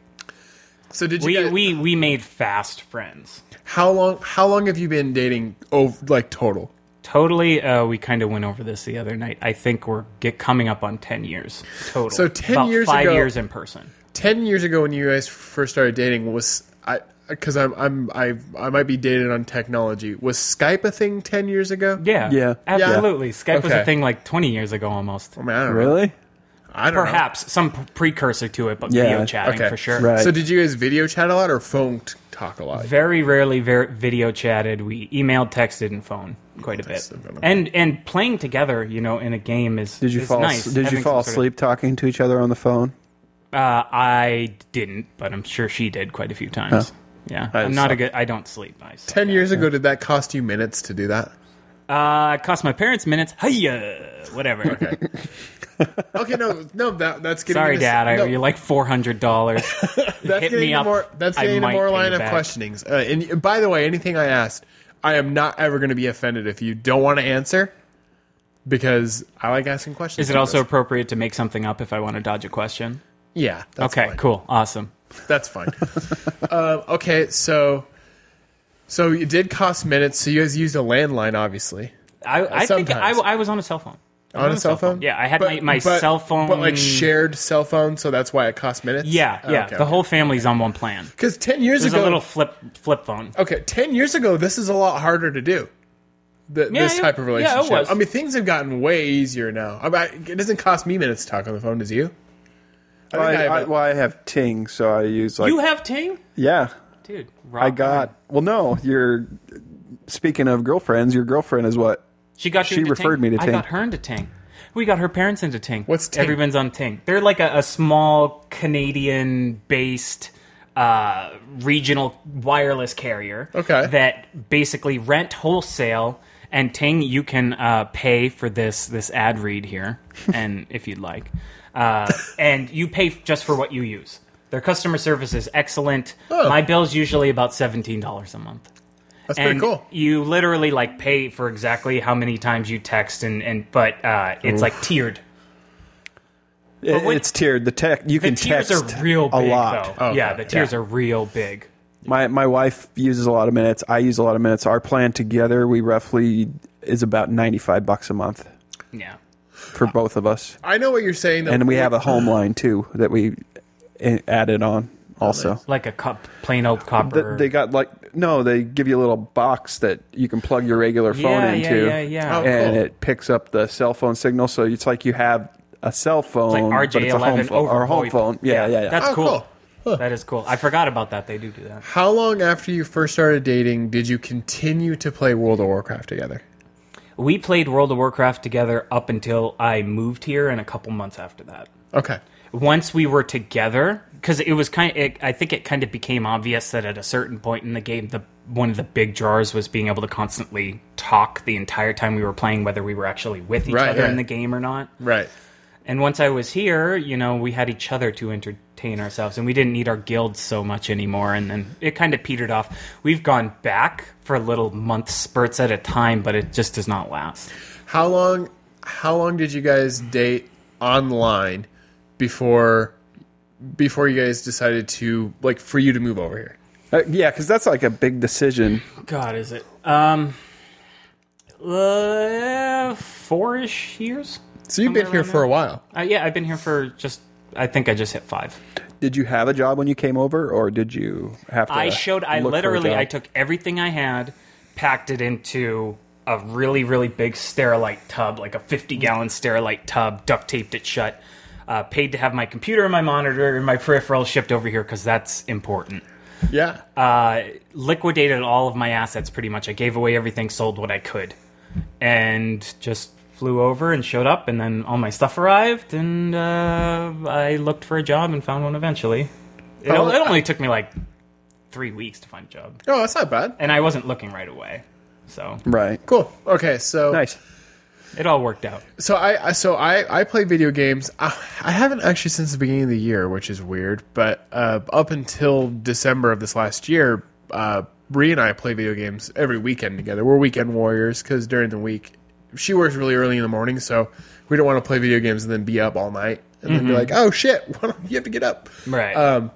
So did you?
We
guys,
we we made fast friends.
how long? How long have you been dating? Oh, like total.
Totally. Uh, we kind of went over this the other night. I think we're get coming up on ten years total.
So 10
About
years
five
ago-
years in person.
Ten years ago, when you guys first started dating, was I? Because I'm I'm I I might be dated on technology. Was Skype a thing ten years ago?
Yeah.
Yeah.
Absolutely. Skype was
Okay.
a thing like 20 years ago almost.
I, mean, I don't know.
Really?
I don't know.
Perhaps some p- precursor to it, but
Yeah.
video chatting
Okay.
for sure.
Right.
So did you guys video chat a lot or phone t- talk a lot?
Very rarely ver- video chatted. We emailed, texted, and phone quite a bit.
Texted, okay.
And and playing together, you know, in a game is
Did you
is
fall
nice.
Did
having
you fall
some sort
asleep talking to each other on the phone?
of- uh, I didn't, but I'm sure she did quite a few times. Yeah, I am not a good. I don't sleep. I s-
Ten years ago, did that cost you minutes to do that?
uh, it cost my parents minutes. Hiya, whatever.
Okay. okay, no, no, that that's getting.
Sorry,
into,
Dad. I
no,
owe you like four hundred dollars.
that's
hit
getting
me
into
up.
More, that's
I
getting into
might
more
pay
line
you
of
back.
questionings. Uh, and by the way, anything I asked, I am not ever going to be offended if you don't want to answer, because I like asking questions.
Is it also appropriate to make something up if I want to dodge a question?
Yeah. That's
okay,
fine.
cool, awesome.
That's fine. um, okay, so. So it did cost minutes. So you guys used a landline, obviously,
I, I think I,
sometimes.
I was on a cell phone. I was
on a cell phone.
Yeah, I had my, my
but-
cell phone.
but like shared cell phone. So that's why it cost minutes.
Yeah,
Oh,
yeah.
okay,
the
okay. Oh.
whole family's on one plan.
because ten years
There's
ago,
a little flip flip phone.
okay, ten years ago, this is a lot harder to do. Th-
Yeah,
this
yeah.
type of
Yeah, it
relationship.
was.
I mean, things have gotten way easier now. I mean, I- it doesn't cost me minutes to talk on the phone. Does you? I
I,
think I have
I,
a-
well, I have Ting, so I use like
You have Ting,
yeah.
dude.
I got well. No, you're speaking of girlfriends. Your girlfriend is what?
She got you
she
into
referred
Ting?
me to
I
Ting.
got her into Ting. We got her parents into Ting.
What's Ting?
Everyone's on Ting. They're like a, a small Canadian-based uh, regional wireless carrier.
Okay.
That basically rent wholesale. And Ting, you can uh, pay for this this ad read here, and if you'd like, uh, and you pay just for what you use. Their customer service is excellent.
Oh.
My bill's usually about seventeen dollars a month
That's
and
pretty cool.
you literally like pay for exactly how many times you text and and but uh, it's like tiered.
It,
when-
it's tiered. The tech you
The
can
tiers
text
are real big
a lot.
though.
Okay.
yeah, the tiers are real big.
My my wife uses a lot of minutes. I use a lot of minutes. Our plan together, we roughly is about ninety five bucks a month
Yeah.
for both of us,
I know what you're saying. Though.
and we have a home line too that we i- added on also.
Like a cup plain old
Th-
copper.
they got like no, they give you a little box that you can plug your regular phone
yeah, yeah,
into,
yeah, yeah.
Oh,
and
cool.
it picks up the cell phone signal. So it's like you have a cell phone,
like
but it's a home
RJ11
phone
over
or a home
VoIP.
phone. Yeah, yeah, yeah.
That's
Oh,
cool.
cool.
That is cool. I forgot about that. They do do that.
How long after you first started dating did you continue to play World of Warcraft together?
We played World of Warcraft together up until I moved here and a couple months after that.
Okay.
once we were together because it was kind it, i think it kind of became obvious that at a certain point in the game the one of the big draws was being able to constantly talk the entire time we were playing whether we were actually with each
Right,
other
yeah.
in the game or not
Right.
and once i was here you know we had each other to entertain ourselves and we didn't need our guilds so much anymore and then it kind of petered off we've gone back for little month spurts at a time but it just does not last
How long? How long did you guys date online before before you guys decided to like for you to move over here?
Uh, yeah, because that's like a big decision.
God, is it? Um, uh, four-ish years.
So you've been here
Somewhere around
for a while.
Uh, yeah, I've been here for just. I think I just hit five.
Did you have a job when you came over, or did you have to?
I showed. I
look for a
literally.
job?
I took everything I had, packed it into a really, really big Sterilite tub, like a fifty-gallon Sterilite tub, duct taped it shut. Uh, paid to have my computer and my monitor and my peripherals shipped over here because that's important.
Yeah.
Uh, liquidated all of my assets pretty much. I gave away everything, sold what I could, and just flew over and showed up. And then all my stuff arrived, and uh, I looked for a job and found one eventually. It,
Oh,
it only took me like three weeks to find a job
oh, that's not bad.
and I wasn't looking right away. So
right.
Cool. Okay, so
Nice.
it all worked out.
so I I- so I I play video games. I, I haven't actually since the beginning of the year, which is weird. But uh, up until December of this last year, uh, Bree and I play video games every weekend together. We're weekend warriors because during the week she works really early in the morning, so we don't want to play video games and then be up all night and then be like, oh shit, you have to get up.
Right.
Um,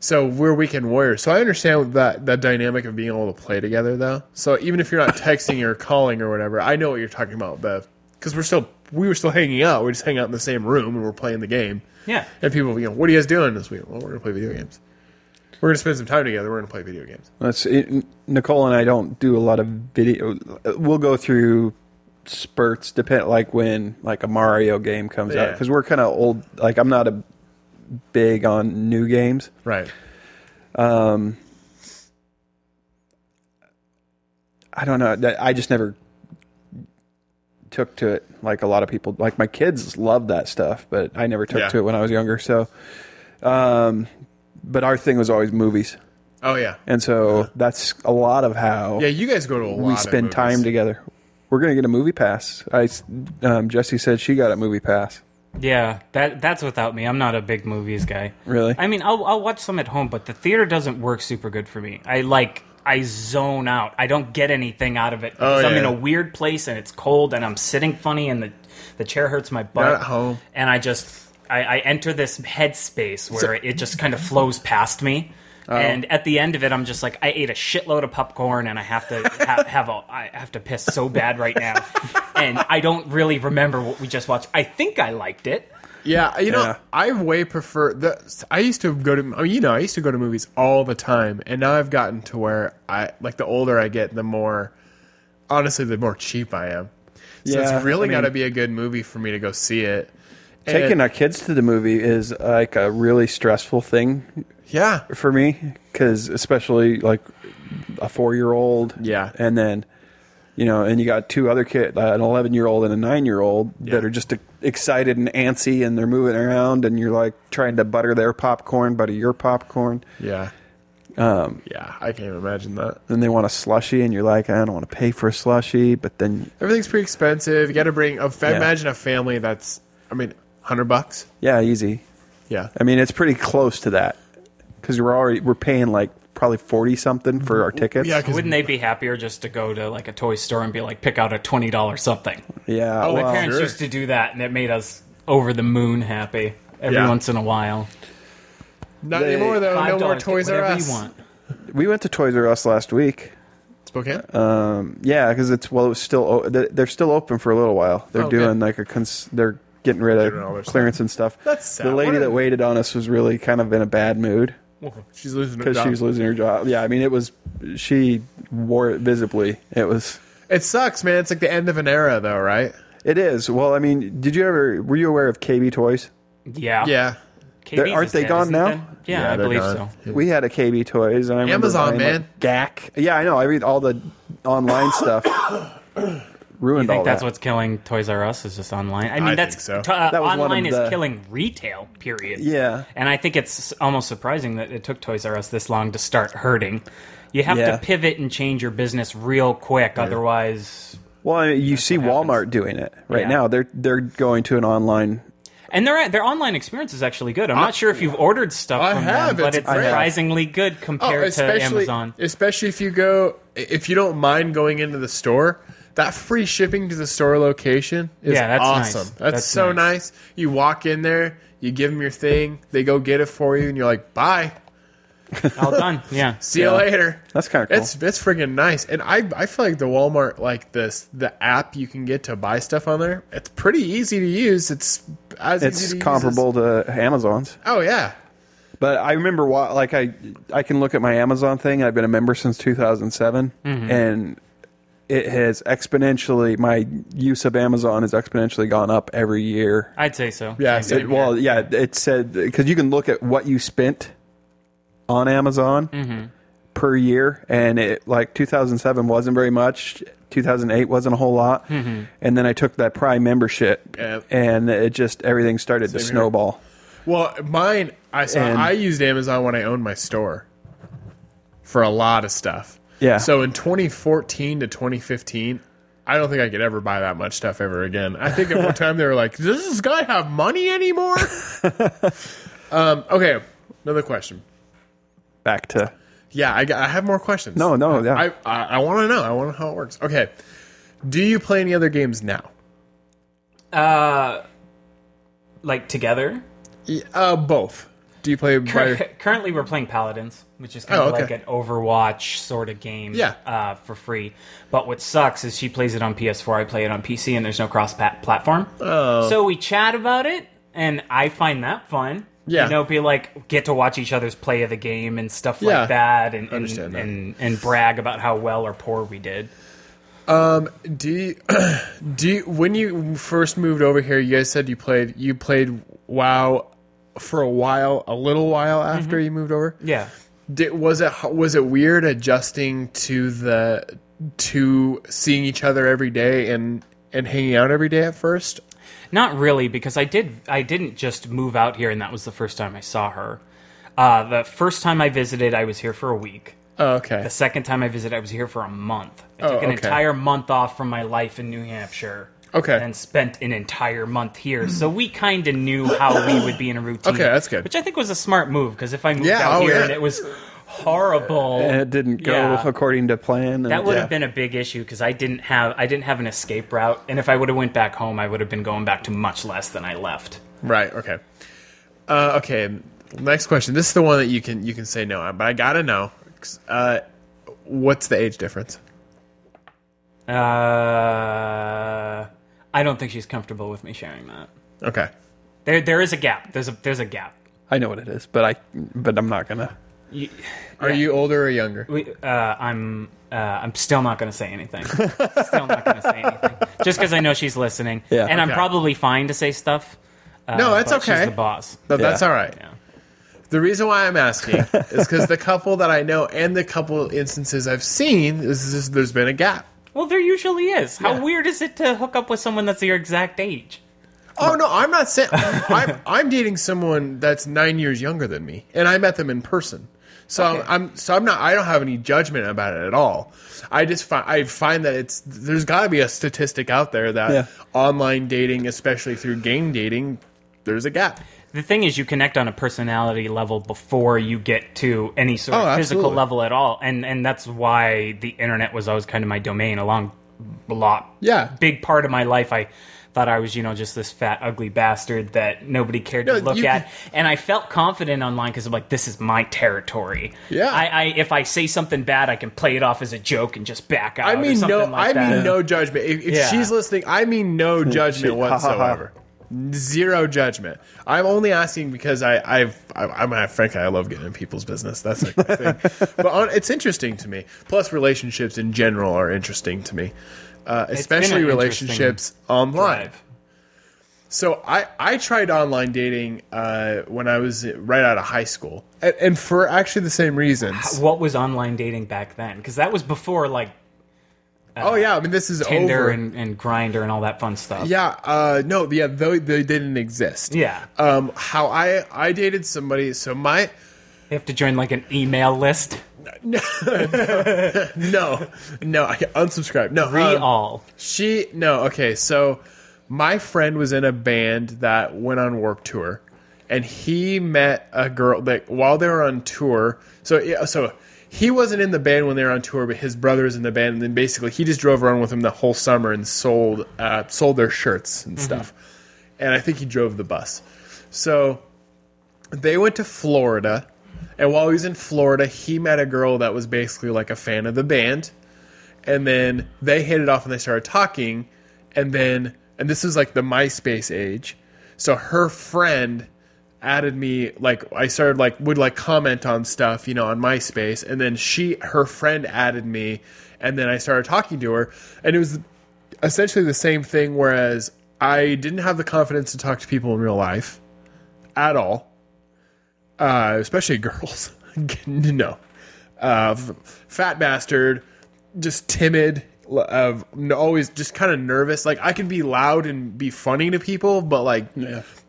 so we're weekend warriors. So I understand that that dynamic of being able to play together, though. So even if you're not texting or calling or whatever, I know what you're talking about, Bev, because we're still we were still hanging out. We just hang out in the same room and we're playing the game.
yeah.
And people, you know, what are you guys doing this week? Well, we're gonna play video games. We're gonna spend some time together. We're gonna play video games.
Let's. It, Nicole and I don't do a lot of video. We'll go through spurts, depend like when like a Mario game comes out
Yeah.
because we're kind of old. Like I'm not a big on new games.
Right.
I don't know. that- I just never took to it like a lot of people. Like my kids love that stuff, but I never took
Yeah.
to it when I was younger. So, um, but our thing was always movies,
Oh yeah.
and so that's a lot of how
Yeah. You guys go to a lot.
we
of
spend
movies.
time together. We're gonna get a movie pass. I s- um, Jesse said she got a movie pass.
Yeah. That that's without me. I'm not a big movies guy.
Really?
I mean, I'll I'll watch some at home, but the theater doesn't work super good for me. I like I zone out. I don't get anything out of it because I'm
Oh, yeah.
in a weird place and it's cold and I'm sitting funny and the the chair hurts my butt.
Not at home.
And I just I, I enter this headspace where it just kind of flows past me. And at the end of it, I'm just like, I ate a shitload of popcorn, and I have to ha- have a, I have to piss so bad right now, and I don't really remember what we just watched. I think I liked it.
Yeah, you know,
Yeah.
I way prefer the. I used to go to, I mean, you know, I used to go to movies all the time, and now I've gotten to where I like the older I get, the more, honestly, the more cheap I am. So
Yeah,
it's really
I mean-
got to be a good movie for me to go see it. And-
Taking our kids to the movie is like a really stressful thing
yeah,
for me because especially like a four year old
Yeah.
and then you know and you got two other kids an 11 year old and a 9 year old that
Yeah.
are just excited and antsy and they're moving around and you're like trying to butter their popcorn butter your popcorn
yeah, um, yeah, I can't imagine that.
then they want a slushy and you're like i don't want to pay for a slushy but then
Everything's pretty expensive. You got to bring. If I
Yeah.
imagine a family that's, I mean, hundred bucks.
yeah easy
Yeah,
i mean it's pretty close to that because we're already we're paying like probably 40 something for our tickets
yeah, because
Wouldn't they be happier just to go to like a toy store and be like, pick out a twenty dollar something?
yeah
Oh,
My
well,
parents
sure.
used to do that, and it made us over the moon happy every
Yeah.
once in a while.
not
they-
anymore though. No
$5,
more
get
Toys R
whatever
Us.
You want.
we went to toys r us last week Um,
Spokane.
Uh, Yeah, because it's well, it was still o- they- they're still open for a little while. They're
Oh, good.
doing like a cons- they're getting rid
Getting all their
of
stuff.
clearance and stuff.
That's sad.
The
What
lady
a-
that waited on us was really kind of in a bad mood
she's losing her
because
job.
she was losing her job. Yeah, I mean it was she wore it visibly. It was
It sucks, man. It's like the end of an era, though, right?
it is. Well, I mean, did you ever were you aware of KB Toys?
Yeah,
Yeah.
KB's
They- aren't
is
they
dead,
gone
isn't
now?
they? Yeah, I believe so.
We had a KB Toys and I remember
Amazon,
buying,
man.
like, Gak. Yeah, I know. I read all the online stuff. Ruined
You think
all
that's
that.
what's killing Toys R Us is just online? I mean,
I
that's
think so.
t- uh,
That was one of
online is
the-
killing retail. Period.
Yeah.
and I think it's almost surprising that it took Toys R Us this long to start hurting. You have
Yeah.
to pivot and change your business real quick, otherwise
Well, I mean, you see
what happens.
Walmart doing it right
Yeah.
now. They're they're going to an online
And their their online experience is actually good. I'm not sure if you've ordered stuff
I
from
have.
them, but
It's
it's
great.
surprisingly
Oh,
good compared to
Oh, especially,
Amazon.
especially if you go, if you don't mind going into the store, that free shipping to the store location is
Yeah, that's nice.
awesome. That's,
That's
so
nice.
nice. You walk in there, you give them your thing, they go get it for you, and you're like, bye.
All done. Yeah.
See you later.
That's kind of cool.
It's it's freaking nice, and I I feel like the Walmart like this the app you can get to buy stuff on there. It's pretty easy to use. It's as
it's
easy to
comparable to Amazon's.
Use as, oh yeah,
But I remember why, like I I can look at my Amazon thing. I've been a member since 2007
Mm-hmm.
and it has exponentially my use of Amazon has exponentially gone up every year.
I'd say so.
yeah.
It-
same
well, yeah, it said cuz you can look at what you spent on Amazon per year and it like 2007 wasn't very much. 2008 wasn't a whole lot, and then I took that Prime membership,
Yeah.
and it just everything started to
here.
snowball.
Well, mine, I saw,
And-
I used Amazon when I owned my store for a lot of stuff.
Yeah.
So in 2014 to 2015, I don't think I could ever buy that much stuff ever again. I think at one time they were like, "Does this guy have money anymore?" um, okay, another question.
Back to
Yeah, I, got- I have more questions.
No, no, yeah.
I I, I want to know. I want to know how it works. Okay, do you play any other games now?
Uh, like together.
Uh, both. Do you play? by,
Currently, we're playing Paladins, which is kind
Oh,
of
okay.
like an Overwatch sort of game.
Yeah.
Uh, for free. But what sucks is she plays it on PS4. I play it on PC, and there's no cross pat- platform. Oh. So we chat about it, and I find that fun.
Yeah.
You know, be like, get to watch each other's play of the game and stuff
Yeah.
like that, and and,
Understand that.
and and brag about how well or poor we did.
Do you, do you, when you first moved over here, you guys said you played you played WoW for a while, a little while after you moved over.
Yeah.
Did, was it h- was it weird adjusting to the to seeing each other every day and and hanging out every day at first?
Not really, because I did. I didn't just move out here, and that was the first time I saw her. Uh, the first time I visited, I was here for a week.
Oh, okay,
The second time I visited, I was here for a month. I took an
Oh, okay.
entire month off from my life in New Hampshire.
Okay.
And spent an entire month here, so we kind of knew how we would be in a routine.
Okay, that's good.
Which I think was a smart move because if I moved
Yeah,
out
oh,
here
yeah.
and it was horrible,
and it didn't go
Yeah.
according to plan. and-
that would
Yeah.
have been a big issue because I didn't have I didn't have an escape route, and if I would have went back home, I would have been going back to much less than I left.
right, okay, uh, okay. Next question. This is the one that you can you can say no on, but I gotta know. Uh, what's the age difference?
Uh, I don't think she's comfortable with me sharing that.
Okay.
There, there is a gap. There's a there's a gap.
I know what it is, but I but I'm not gonna.
You-
Are you older or younger?
we, uh, I'm uh, I'm still not going to say anything. still not going to say anything. Just because I know she's listening,
Yeah.
and I'm
Okay.
probably fine to say stuff. Uh,
No, that's
but
okay.
She's the boss.
No, that's
Yeah.
all right. The reason why I'm asking is because the couple that I know and the couple instances I've seen is just, there's been a gap.
Well, there usually is. How
Yeah.
weird is it to hook up with someone that's your exact age?
Oh no, I'm not saying I'm, I'm dating someone that's nine years younger than me, and I met them in person. So
Okay.
I'm, I'm so I'm not I don't have any judgment about it at all. I just find I find that it's there's got to be a statistic out there that
Yeah.
online dating, especially through game dating, there's a gap.
The thing is, you connect on a personality level before you get to any sort
Oh,
of physical
absolutely.
level at all, and and that's why the internet was always kind of my domain. Along a lot,
Yeah.
big part of my life. I thought I was, you know, just this fat, ugly bastard that nobody cared
No,
to look
you
at,
could-
and I felt confident online because I'm like, this is my territory.
Yeah.
I, I if I say something bad, I can play it off as a joke and just back out.
I
or
mean
something
no,
like
I
that.
mean no judgment. If, if
Yeah.
she's listening, I mean no judgment
ha, ha, ha.
whatsoever. Zero judgment. I'm only asking because I, I've, I, I mean, I- frankly, I love getting in people's business. That's like my thing. But on, it's interesting to me. Plus, relationships in general are interesting to me, uh,
been an
especially
interesting
relationships online.
Live.
So I, I tried online dating uh, when I was right out of high school, and, and for actually the same reasons.
What was online dating back then? Because that was before like
oh yeah, I mean this is
Tinder
over.
and, and Grinder and all that fun stuff.
yeah, uh, no, yeah, they, they didn't exist.
Yeah.
um, how I I dated somebody. So my
They have to join like an email list.
no no I unsubscribe no
We
um,
all.
she no okay so my friend was in a band that went on work tour and he met a girl that while they were on tour so yeah, so he wasn't in the band when they were on tour but his brother was in the band and then basically he just drove around with them the whole summer and sold uh, sold their shirts and stuff and I think he drove the bus so they went to Florida And while he was in Florida, he met a girl that was basically like a fan of the band. And then they hit it off and they started talking. And then, and this is like the MySpace age. So her friend added me, like, I started like, would like comment on stuff, you know, on MySpace. And then she, her friend added me. And then I started talking to her. And it was essentially the same thing, whereas I didn't have the confidence to talk to people in real life at all uh, especially girls. no, uh, f- fat bastard, just timid, l- of n- always just kind of nervous. Like I can be loud and be funny to people, but like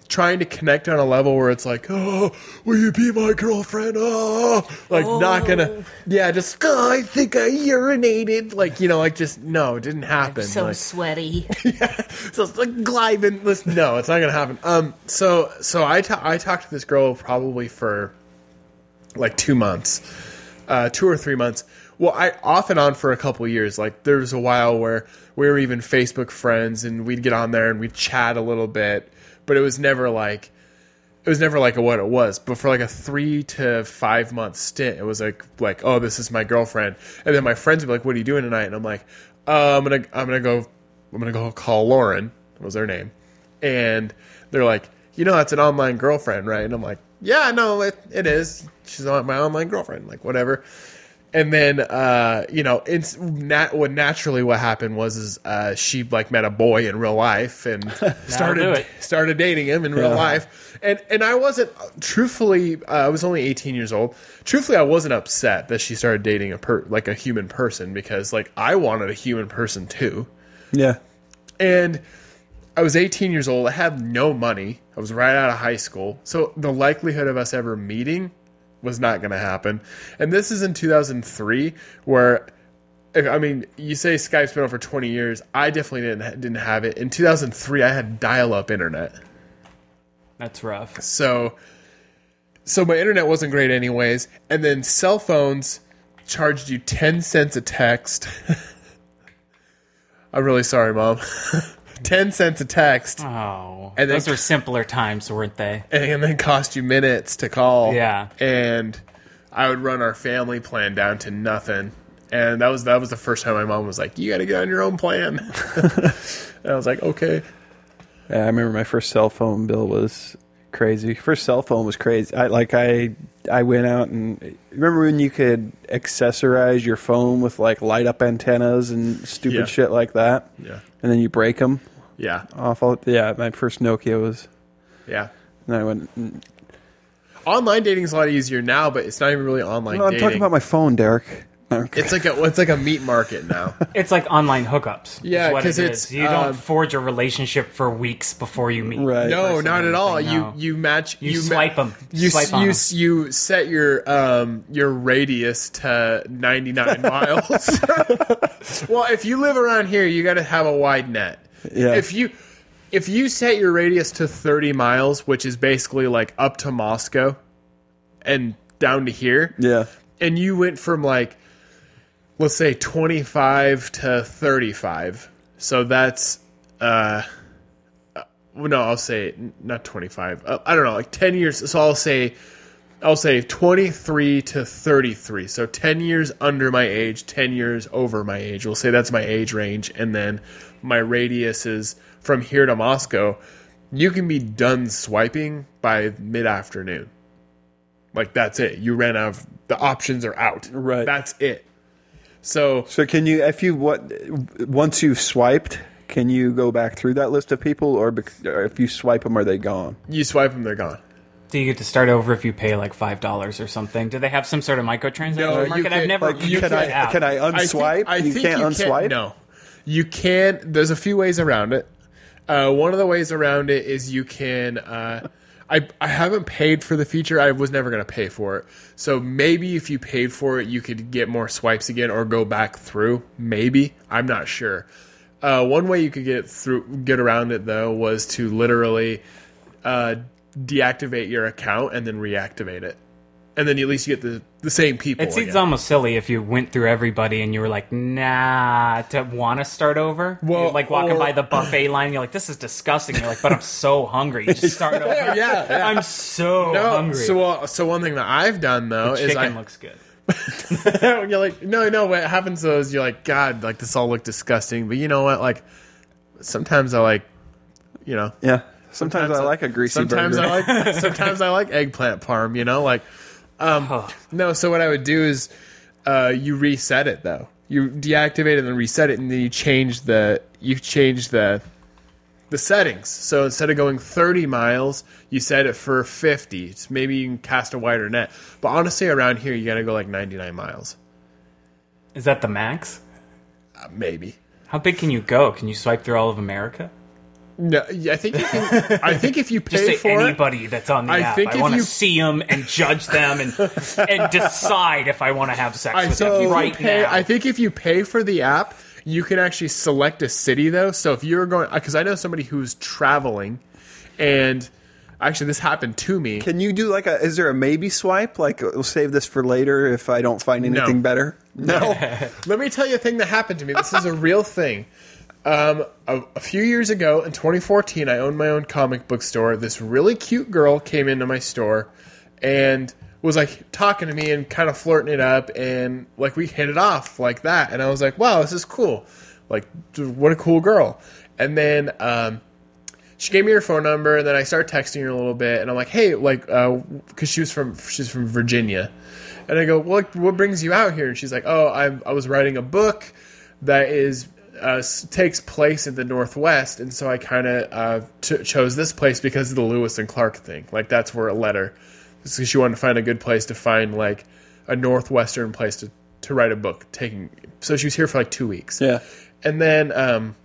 trying to connect on a level where it's like, oh, will you be my girlfriend? Oh, like not gonna, yeah, just oh, I think I urinated. Like you know, like just no, it didn't happen.
So
Like,
sweaty.
so it's like gliding. Listen, no, it's not gonna happen. Um, so so I ta- I talked to this girl probably for like two months, uh, two or three months. Well, I off and on for a couple years. Like there was a while where we were even Facebook friends, and we'd get on there and we'd chat a little bit, but it was never like it was never like what it was, but for like a three to five month stint, it was like like oh this is my girlfriend, and then my friends would be like what are you doing tonight, and I'm like uh, I'm gonna I'm gonna go I'm gonna go call Lauren was her name, and they're like you know that's an online girlfriend right, and I'm like yeah no it, it is she's not my online girlfriend like whatever, and then uh, you know it's nat- what naturally what happened was is uh, she like met a boy in real life and
do
started
it.
started dating him in real
Yeah.
life and and i wasn't truthfully uh, i was only 18 years old truthfully i wasn't upset that she started dating a per- like a human person because like i wanted a human person too
Yeah.
and I was 18 years old. I had no money. I was right out of high school. So the likelihood of us ever meeting was not going to happen. And this is in 2003 where if- I mean, you say Skype's been on for 20 years. I definitely didn't didn't have it. In 2003, I had dial-up internet.
That's rough.
So so my internet wasn't great anyways, and then cell phones charged you 10 cents a text. I'm really sorry, mom. 10 cents a text
Uh-huh.
Oh,
And then-
those were simpler times, weren't they?
and then cost you minutes to call.
Yeah.
And I would run our family plan down to nothing. And that was that was the first time my mom was like, "You got to get on your own plan." and I was like, "Okay."
Yeah, Uh, I remember my first cell phone bill was crazy. First cell phone was crazy. I like I I went out and remember when you could accessorize your phone with like light up antennas and stupid
Yeah.
shit like that.
Yeah.
And then you break them
Yeah.
off all yeah, my first Nokia was
Yeah.
and I went No,
Online dating's a lot easier now, but it's not even really online
I'm
dating.
talking about my phone, Derek. Okay.
it's like a it's like a meat market now.
It's like online hookups.
Yeah,
is what
'cause
it
it's,
is. you don't
um,
forge a relationship for weeks before you meet.
Right.
no,
person
not
or
at all.
anything, no.
You you match
You
ma-
swipe 'em.
You s-
Swipe on
you
'em.
s- you set your um your radius to 99 miles. well, if you live around here, you got to have a wide net.
Yeah.
If you if you set your radius to 30 miles, which is basically like up to Moscow and down to here,
Yeah.
and you went from like let's say 25 to 35 so that's uh, uh, no i'll say n- not 25 uh, i don't know like 10 years so i'll say i'll say 23 to 33 so 10 years under my age 10 years over my age we'll say that's my age range and then my radius is from here to moscow you can be done swiping by mid-afternoon like that's it you ran out of the options are out
Right.
that's it so
So can you if you what once you've swiped, can you go back through that list of people or, bec- or if you swipe them are they gone?
you swipe them, they're gone.
Do you get to start over if you pay like five dollars or something? Do they have some sort of microtransaction
No, you
market? I've
can't-
never.
like, you
looked
can
that
I
out.
can I unswipe?
I
you
think
can't unswipe.
no, you can. There's a few ways around it. Uh, one of the ways around it is you can. Uh, I I haven't paid for the feature. I was never going to pay for it. So maybe if you paid for it, you could get more swipes again or go back through. Maybe I'm not sure. Uh, one way you could get through get around it though was to literally uh, deactivate your account and then reactivate it. and then at least you get the, the same people.
It seems
again.
almost silly if you went through everybody and you were like, nah, to want to start over.
Well,
You're, like walking
or-
by the buffet line, you're like, this is disgusting. You're like, but I'm so hungry. You just start over.
Yeah, yeah.
I'm so
No,
hungry.
so uh, so one thing that I've done though is
Chicken
I,
looks good.
when you're like, no, no, what happens though is you're like, God, like this all looked disgusting, but you know what? Like sometimes I like, you know,
Yeah. Sometimes, I
I-
like a greasy
sometimes
burger.
I like sometimes I like eggplant parm. You know, like um, no. So what I would do is uh, you reset it though. You deactivate it and then reset it, and then you change the you change the the settings. So instead of going 30 miles, you set it for 50. It's maybe you can cast a wider net. But honestly, around here, you gotta go like 99 miles,
Is that the max?
uh, maybe.
How big can you go? Can you swipe through all of America?
No, yeah, I think you can, I think if you
Just
pay
say
for it,
anybody that's on the
I
app.
think
I
if
want to
you-
see them and judge them and and decide if I want to have sex
I
with
think, if
them
you
right
pay,
now.
I think if you pay for the app, you can actually select a city though. So if you're going, because I know somebody who's traveling, and actually this happened to me.
Can you do like a? Is there a maybe swipe? Like we'll save this for later if I don't find anything better. No.
Let me tell you a thing that happened to me. This is a real thing. Um, a, a few years ago in 2014, I owned my own comic book store. This really cute girl came into my store and was like talking to me and kind of flirting it up, and like we hit it off like that. And I was like, wow, this is cool. Like, dude, what a cool girl. And then, um, she gave me her phone number, and then I started texting her a little bit, and I'm like, "Hey, like, because she was from she's from Virginia," and I go, "What what brings you out here?" And she's like, "Oh, I I was writing a book that is uh, s- takes place in the Northwest, and so I kind of uh, t- chose this place because of the Lewis and Clark thing. Like, that's where it led her, because she wanted to find a good place to find like a northwestern place to to write a book. Taking so she was here for like two weeks,
Yeah.
and then um,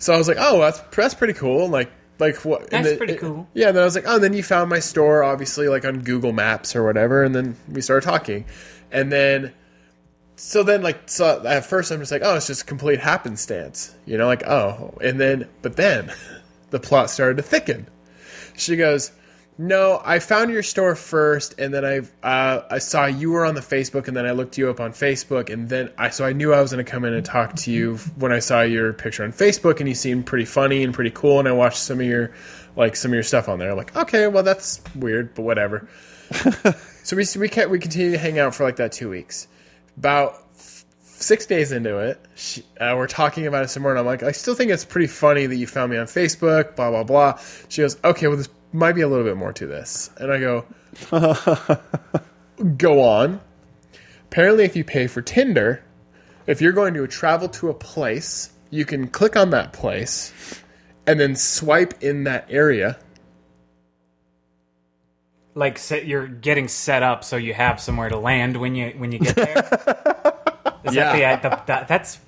so I was like, oh, that's that's pretty cool. Like like what? and
That's
then-
pretty
it-
cool.
yeah. And then I was like, oh, and then you found my store, obviously, like on Google Maps or whatever, and then we started talking, and then. So then, like, so at first I'm just like, oh, it's just complete happenstance, you know, like, oh, and then, but then, the plot started to thicken. She goes, "No, I found your store first, and then I uh, I saw you were on the Facebook, and then I looked you up on Facebook, and then I so I knew I was going to come in and talk to you when I saw your picture on Facebook, and you seemed pretty funny and pretty cool, and I watched some of your like some of your stuff on there. I'm like, okay, well that's weird, but whatever. so we we kept, we continued to hang out for like that two weeks. About six days into it, she, uh, we're talking about it some more, and I'm like, I still think it's pretty funny that you found me on Facebook, blah blah blah. She goes, okay, well, this might be a little bit more to this, and I go, go on. Apparently, if you pay for Tinder, if you're going to travel to a place, you can click on that place, and then swipe in that area.
like set, you're getting set up so you have somewhere to land when you when you get there. Is
Yeah.
that the, the, the, that's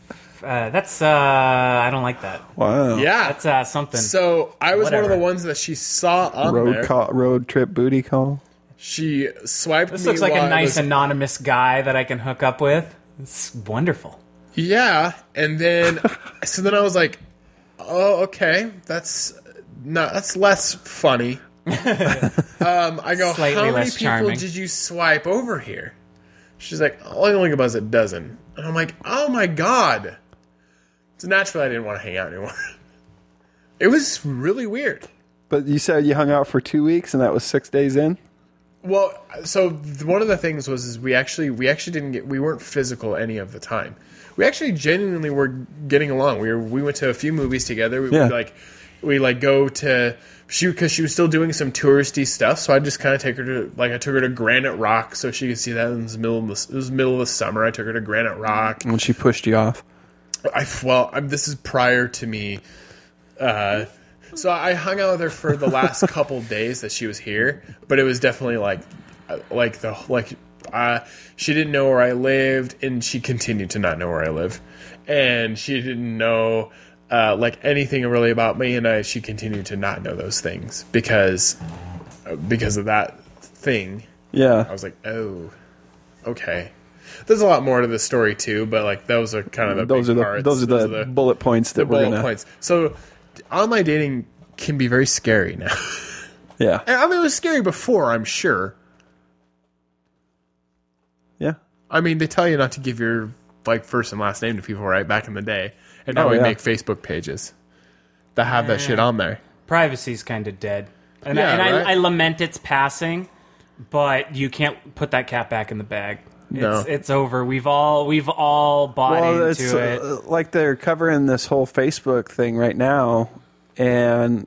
uh, that's uh, I don't like that.
Wow.
Yeah.
That's uh, something.
so I was one
Whatever.
of the ones that she saw on
Road
there.
call, road trip booty call.
She swiped.
this
me
looks like
while
a
I
nice
was-
anonymous guy that I can hook up with. It's wonderful.
Yeah, and then so then I was like, "Oh, okay, that's not that's less funny." um, I go,
Slightly
"How many
less
people
charming.
did you swipe over here?" She's like, "Only like about a dozen," and I'm like, "Oh my god!" So naturally, I didn't want to hang out anymore. It was really weird.
But you said you hung out for two weeks, and that was six days in.
Well, so th- one of the things was is we actually we actually didn't get we weren't physical any of the time. We actually genuinely were getting along. We were, we went to a few movies together. We
Yeah.
would like we like go to she because she was still doing some touristy stuff. So I just kind of take her to like I took her to Granite Rock so she could see that in the middle of the, it was middle of the summer. I took her to Granite Rock.
When she pushed you off.
I well i this is prior to me. Uh, so I hung out with her for the last couple days that she was here, but it was definitely like, uh, like the like, uh, she didn't know where I lived, and she continued to not know where I live, and she didn't know uh, like anything really about me, and I she continued to not know those things because uh, because of that thing. I
Yeah.
was like, oh, okay. There's a lot more to this story too, but like those are kind of the
Those are
big
the
parts.
those are the, bullet points that we're
bullet
gonna.
points. So online dating can be very scary now.
Yeah.
I mean, it was scary before, I'm sure.
Yeah.
I mean, they tell you not to give your like first and last name to people, right? Back in the day, and now
Oh,
we
yeah.
make Facebook pages that have that shit on there.
Privacy's kind of dead, and, I,
Yeah,
and
right?
I, I lament its passing, but you can't put that cat back in the bag. It's, it's over. We've all we've all bought
Well, it's
into it.
uh, like they're covering this whole Facebook thing right now, and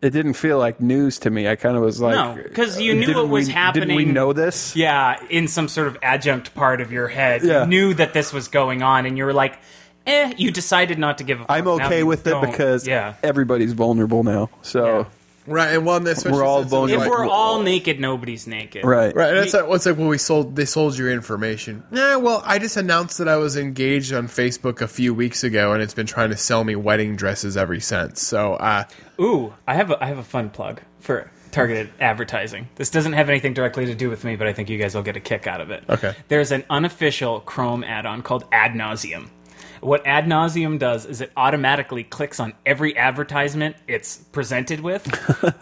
it didn't feel like news to me. I kind of was like,
No, 'cause you knew
didn't
it was
we- Didn't we
happening.
know this?
yeah, in some sort of adjunct part of your head,
Yeah.
you knew that this was going on, and you were like, "Eh." You decided not to give a. Fuck.
I'm
Now
okay
you
with it
don't.
because
yeah.
everybody's vulnerable now. So
Right, and one that's
We're all vulnerable.
If
like,
we're
wh-
all naked, nobody's naked.
right,
Right, and it's like, well, it's like, well, we sold, they sold your information. Yeah, well, I just announced that I was engaged on Facebook a few weeks ago, and it's been trying to sell me wedding dresses ever since. So, uh,
Ooh, I have a, I have a fun plug for targeted advertising. This doesn't have anything directly to do with me, but I think you guys will get a kick out of it.
Okay.
There's an unofficial Chrome add-on called Ad Nauseum. What Ad Nauseum does is it automatically clicks on every advertisement it's presented with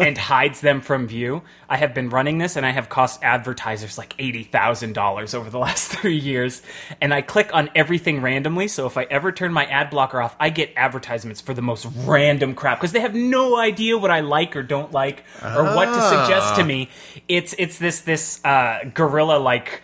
and hides them from view. I have been running this and I have cost advertisers like $80,000 over the last three years. And I click on everything randomly. So if I ever turn my ad blocker off, I get advertisements for the most random crap because they have no idea what I like or don't like or what to suggest to me. It's, it's this, this uh, gorilla like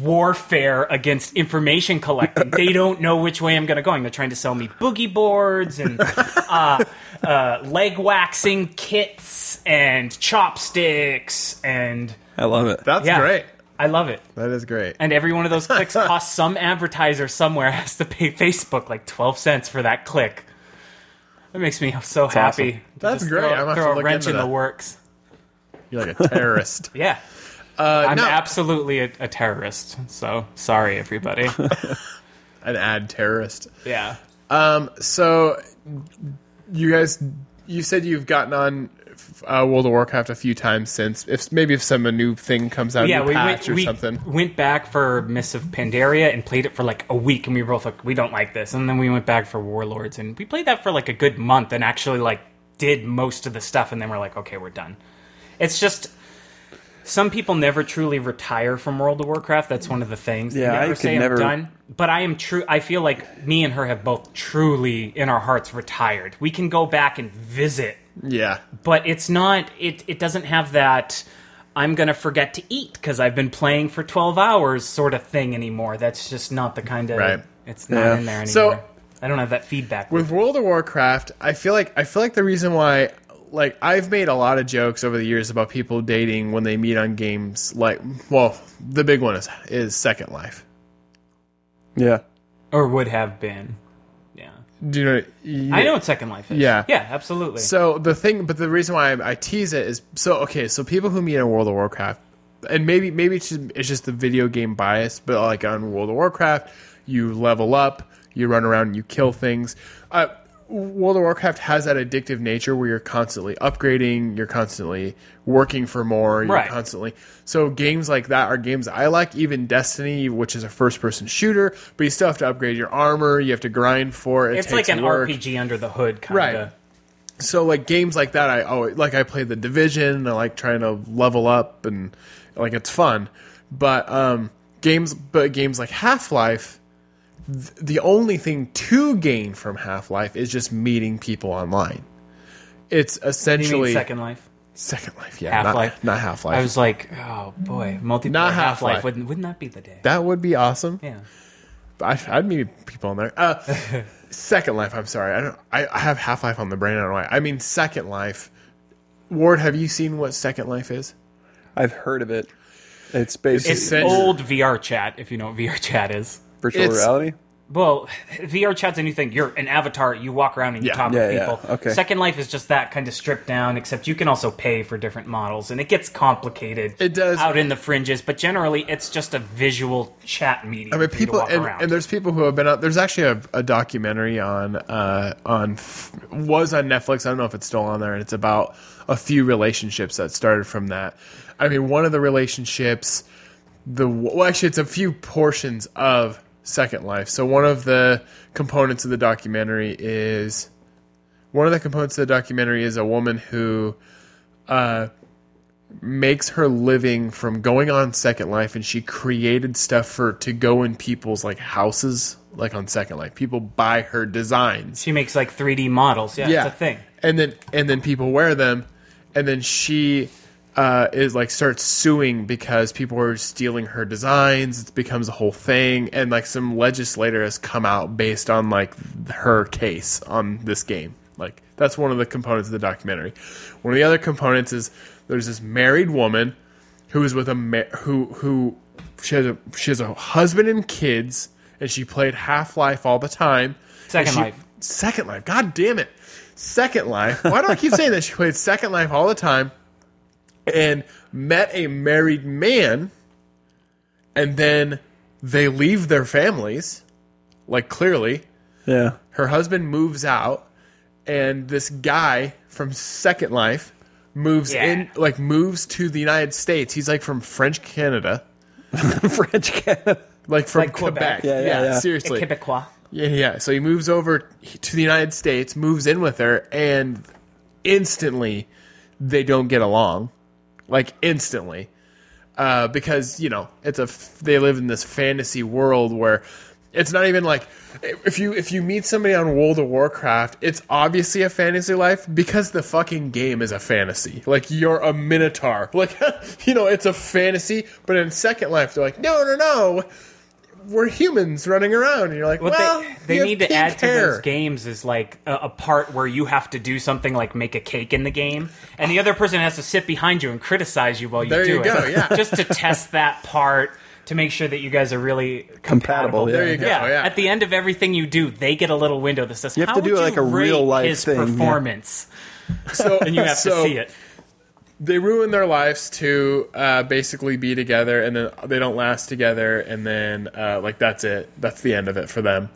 warfare against information collecting. they don't know which way I'm going to go. They're trying to sell me boogie boards and uh, uh, leg waxing kits and chopsticks and
I love it.
that's
yeah,
great.
I love it.
That is great.
And every one of those clicks costs some advertiser somewhere has to pay Facebook like twelve cents for that click. That makes me so happy.
awesome.
to
That's
just
great. I'm gonna
Throw,
have to
throw a
look
wrench
into
in the
that.
works.
You're like a terrorist. Uh,
Yeah. I'm
no.
absolutely a, a terrorist. So sorry, everybody.
an ad terrorist.
yeah.
Um, so you guys, you said you've gotten on uh, World of Warcraft a few times since. If maybe if some a new thing comes out, a
yeah,
new
we
patch
went,
or
we
something.
went back for Miss of Pandaria and played it for like a week, and we were both like, we don't like this. And then we went back for Warlords, and we played that for like a good month, and actually like did most of the stuff, and then we're like, okay, we're done. It's just some people never truly retire from World of Warcraft. That's one of the things. They
Yeah, I
never
could
say
never-
I'm done. But I am true. I feel like me and her have both truly in our hearts retired. We can go back and visit
Yeah,
but it's not it it doesn't have that I'm going to forget to eat cuz I've been playing for 12 hours sort of thing anymore. That's just not the kind of
Right.
it's not
Yeah.
in there anymore.
So-
I don't have that feedback.
with World of Warcraft, I feel like I feel like the reason why like I've made a lot of jokes over the years about people dating when they meet on games like well, the big one is is Second Life.
Yeah,
or would have been. Yeah.
Do you know you-
I know what second life is.
Yeah.
Yeah, absolutely.
So the thing, but the reason why I, I tease it is so okay. So people who meet in World of Warcraft, and maybe maybe it's just, it's just the video game bias, but like on World of Warcraft, you level up, you run around, and you kill things. Uh, World of Warcraft has that addictive nature where you're constantly upgrading, you're constantly working for more, you're
Right.
constantly. So games like that are games I like. Even Destiny, which is a first-person shooter, but you still have to upgrade your armor, you have to grind for it. it
it's
takes
like an
work.
RPG under the hood kind
Right.
of.
So like games like that, I always like I play the division. and I like trying to level up and like it's fun. But um, games, but games like Half Life, th- the only thing to gain from Half Life is just meeting people online. It's
You mean
essentially
second life?
Second Life, yeah, not-
Half-Life?
not, Half Life.
I was like, oh boy, multiplayer
Not
Half
Half-Life.
Life wouldn't wouldn't that be the day?
that would be awesome.
yeah.
I, I'd meet people on there. Uh, Second Life. I'm sorry. I don't. I, I have Half Life on the brain. I don't know why. I mean Second Life. Ward, have you seen what Second Life is?
I've heard of it. It's basically
It's
Essentially-
old VR chat if you know what VR chat is.
virtual
it's-
reality.
Well, VR chat's a new thing. You're an avatar. You walk around and you
Yeah.
talk
Yeah,
with
yeah.
people.
Okay.
Second Life is just that kind of stripped down, except you can also pay for different models, and it gets complicated.
It does.
out in the fringes, but generally it's just a visual chat medium.
I mean,
for you to
people,
walk
and,
around.
and there's people who have been out. There's actually a, a documentary on uh, on f- was on Netflix. I don't know if it's still on there, and it's about a few relationships that started from that. I mean, one of the relationships, the well, actually, it's a few portions of Second Life. So one of the components of the documentary is one of the components of the documentary is a woman who makes her living from going on Second Life, and she created stuff for to go in people's like houses, like on Second Life. People buy her designs.
She makes like 3D models. Yeah, it's a thing.
And then and then people wear them, and then she uh, is like starts suing because people are stealing her designs. It becomes a whole thing, and like some legislator has come out based on like her case on this game. Like that's one of the components of the documentary. One of the other components is there's this married woman who is with a ma- who who she has a she has a husband and kids, and she played Half Life all the time.
Second
And she-
Life.
Second Life. God damn it. Second Life. Why do I keep saying that? She played Second Life all the time and met a married man, and then they leave their families. Like, clearly,
Yeah.
her husband moves out, and this guy from Second Life moves
Yeah.
in, like, moves to the United States. He's like from French Canada,
French Canada.
like from
Like
Quebec.
Quebec.
Yeah, yeah, yeah.
seriously.
Quebecois.
Yeah, yeah. So he moves over to the United States, moves in with her, and instantly they don't get along. Like instantly, uh, because you know it's a f- they live in this fantasy world where it's not even like if you if you meet somebody on World of Warcraft, it's obviously a fantasy life because the fucking game is a fantasy. Like you're a minotaur. Like you know it's a fantasy, but in Second Life they're like no no no we're humans running around, and you're like,
What
well,
they,
you
they
have
need to
pink
add to
hair.
those games is like a, a part where you have to do something like make a cake in the game, and the other person has to sit behind you and criticize you while you
There
do
you
it.
go, yeah.
just to test that part to make sure that you guys are really
Compatible,
compatible.
yeah. There you
go, Oh, yeah.
At the end of everything you do, they get a little window that says,
You have
"How
to do,
would you
like, a real
rate
life
his
thing, yeah.
performance,"
So
and you have to see it.
They ruin their lives to uh, basically be together, and then they don't last together, and then uh, like that's it. That's the end of it for them.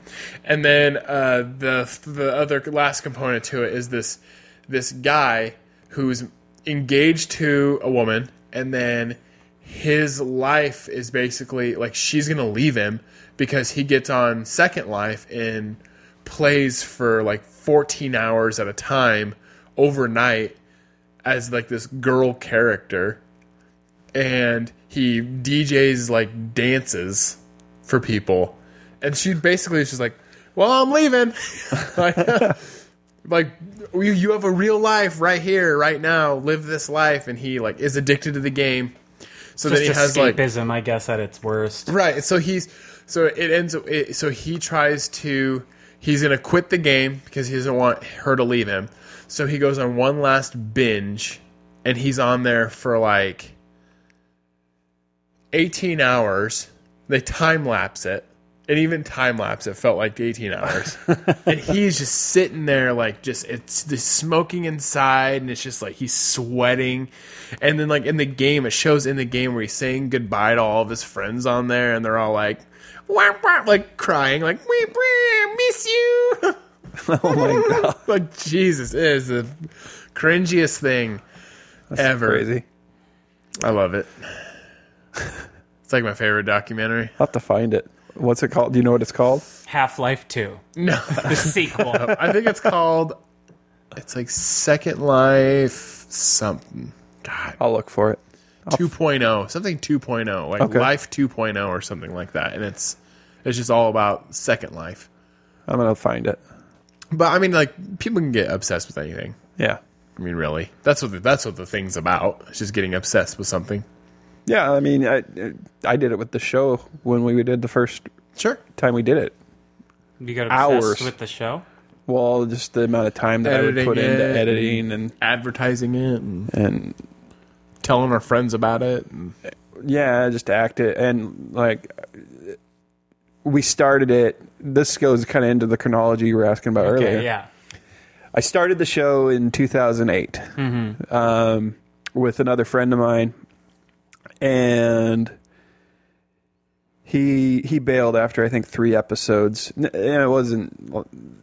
And then uh, the the other last component to it is this this guy who's engaged to a woman, and then his life is basically like she's gonna leave him because he gets on Second Life and plays for like 14 hours at a time overnight as like this girl character and he DJs like dances for people and she basically is just like well I'm leaving like like you, you have a real life right here right now live this life and he like is addicted to the game so
Just
then he has like
escapism, I guess, at its worst.
Right. So he's so it ends. It, so he tries to. He's gonna quit the game because he doesn't want her to leave him. So he goes on one last binge, and he's on there for like eighteen hours. They time lapse it, and even time lapse it felt like eighteen hours. and he's just sitting there, like just it's the smoking inside, and it's just like he's sweating. And then like in the game, it shows in the game where he's saying goodbye to all of his friends on there, and they're all like, wah, wah, like crying, like we miss you.
Oh my god.
like Jesus, it is the cringiest thing ever.
Crazy.
I love it. It's like my favorite documentary.
I'll have to find it. What's it called? Do you know what it's called?
Half Life Two,
No,
the sequel.
I think it's called. It's like Second Life something. God,
I'll look for it.
2.0, something 2.0, like
Okay.
Life 2.0 or something like that. And it's it's just all about Second Life.
I'm gonna find it.
But I mean, like people can get obsessed with anything.
Yeah.
I mean, really, that's what the, that's what the thing's about. It's just getting obsessed with something.
Yeah. I mean, I I did it with the show when we did the first
Sure.
time we did it.
You got obsessed
Hours.
with the show.
Well, just the amount of time that I would
Editing
put into
it.
editing and
advertising it and
and
telling our friends about it. And
yeah, just act it and like we started it. This goes kind of into the chronology you were asking about
Okay,
earlier.
yeah.
I started the show in 2008 um, with another friend of mine, and he he bailed after I think three episodes. N- And it wasn't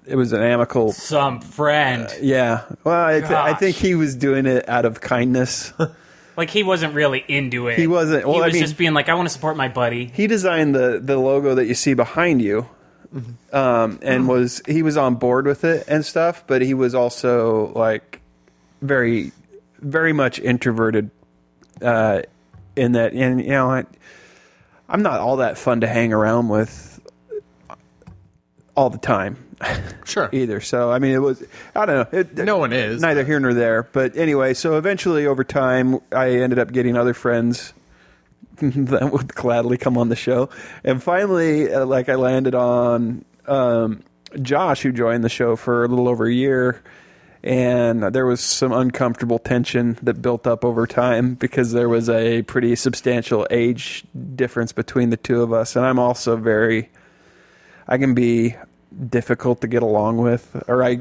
it was an amicable.
Some friend.
Uh, Yeah, well, I, th- I
Gosh.
think he was doing it out of kindness.
Like he wasn't really into it.
He wasn't- well,
he
I
was
mean-
just being like, I want to support my buddy.
he designed the the logo that you see behind you, um, and was he was on board with it and stuff. But he was also like very, very much introverted uh, in that, and you know, I, I'm not all that fun to hang around with all the time
Sure.
either. So I mean, it was I don't know. It,
No one is.
neither here nor there. But anyway, so eventually over time, I ended up getting other friends that would gladly come on the show, and finally, uh, like I landed on um, Josh, who joined the show for a little over a year. And there was some uncomfortable tension that built up over time because there was a pretty substantial age difference between the two of us. And I'm also very I can be difficult to get along with, or I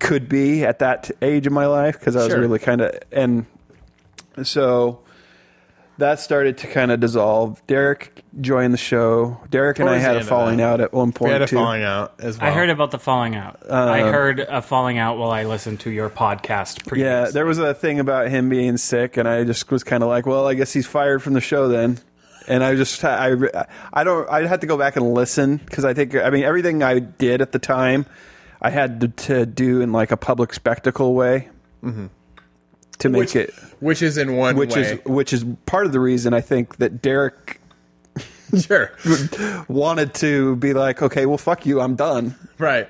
could be at that age of my life because I was
Sure.
really kind of, and so that started to kind of dissolve. Derek joined the show. Derek and
Towards
I
the
had a
end of
falling
that.
out at one point.
We had a
too.
falling out as well.
I heard about the falling out. I heard a falling out while I listened to your podcast. Previous.
Um, Yeah, there was a thing about him being sick, and I just was kind of like, well, I guess he's fired from the show then. And I just, I, I don't, I'd have to go back and listen because I think, I mean, everything I did at the time, I had to, to do in like a public spectacle way to make
which,
it,
which is in one
Mm-hmm. which
way.
is, which is part of the reason I think that Derek
sure.
wanted to be like, okay, well, fuck you, I'm done.
Right.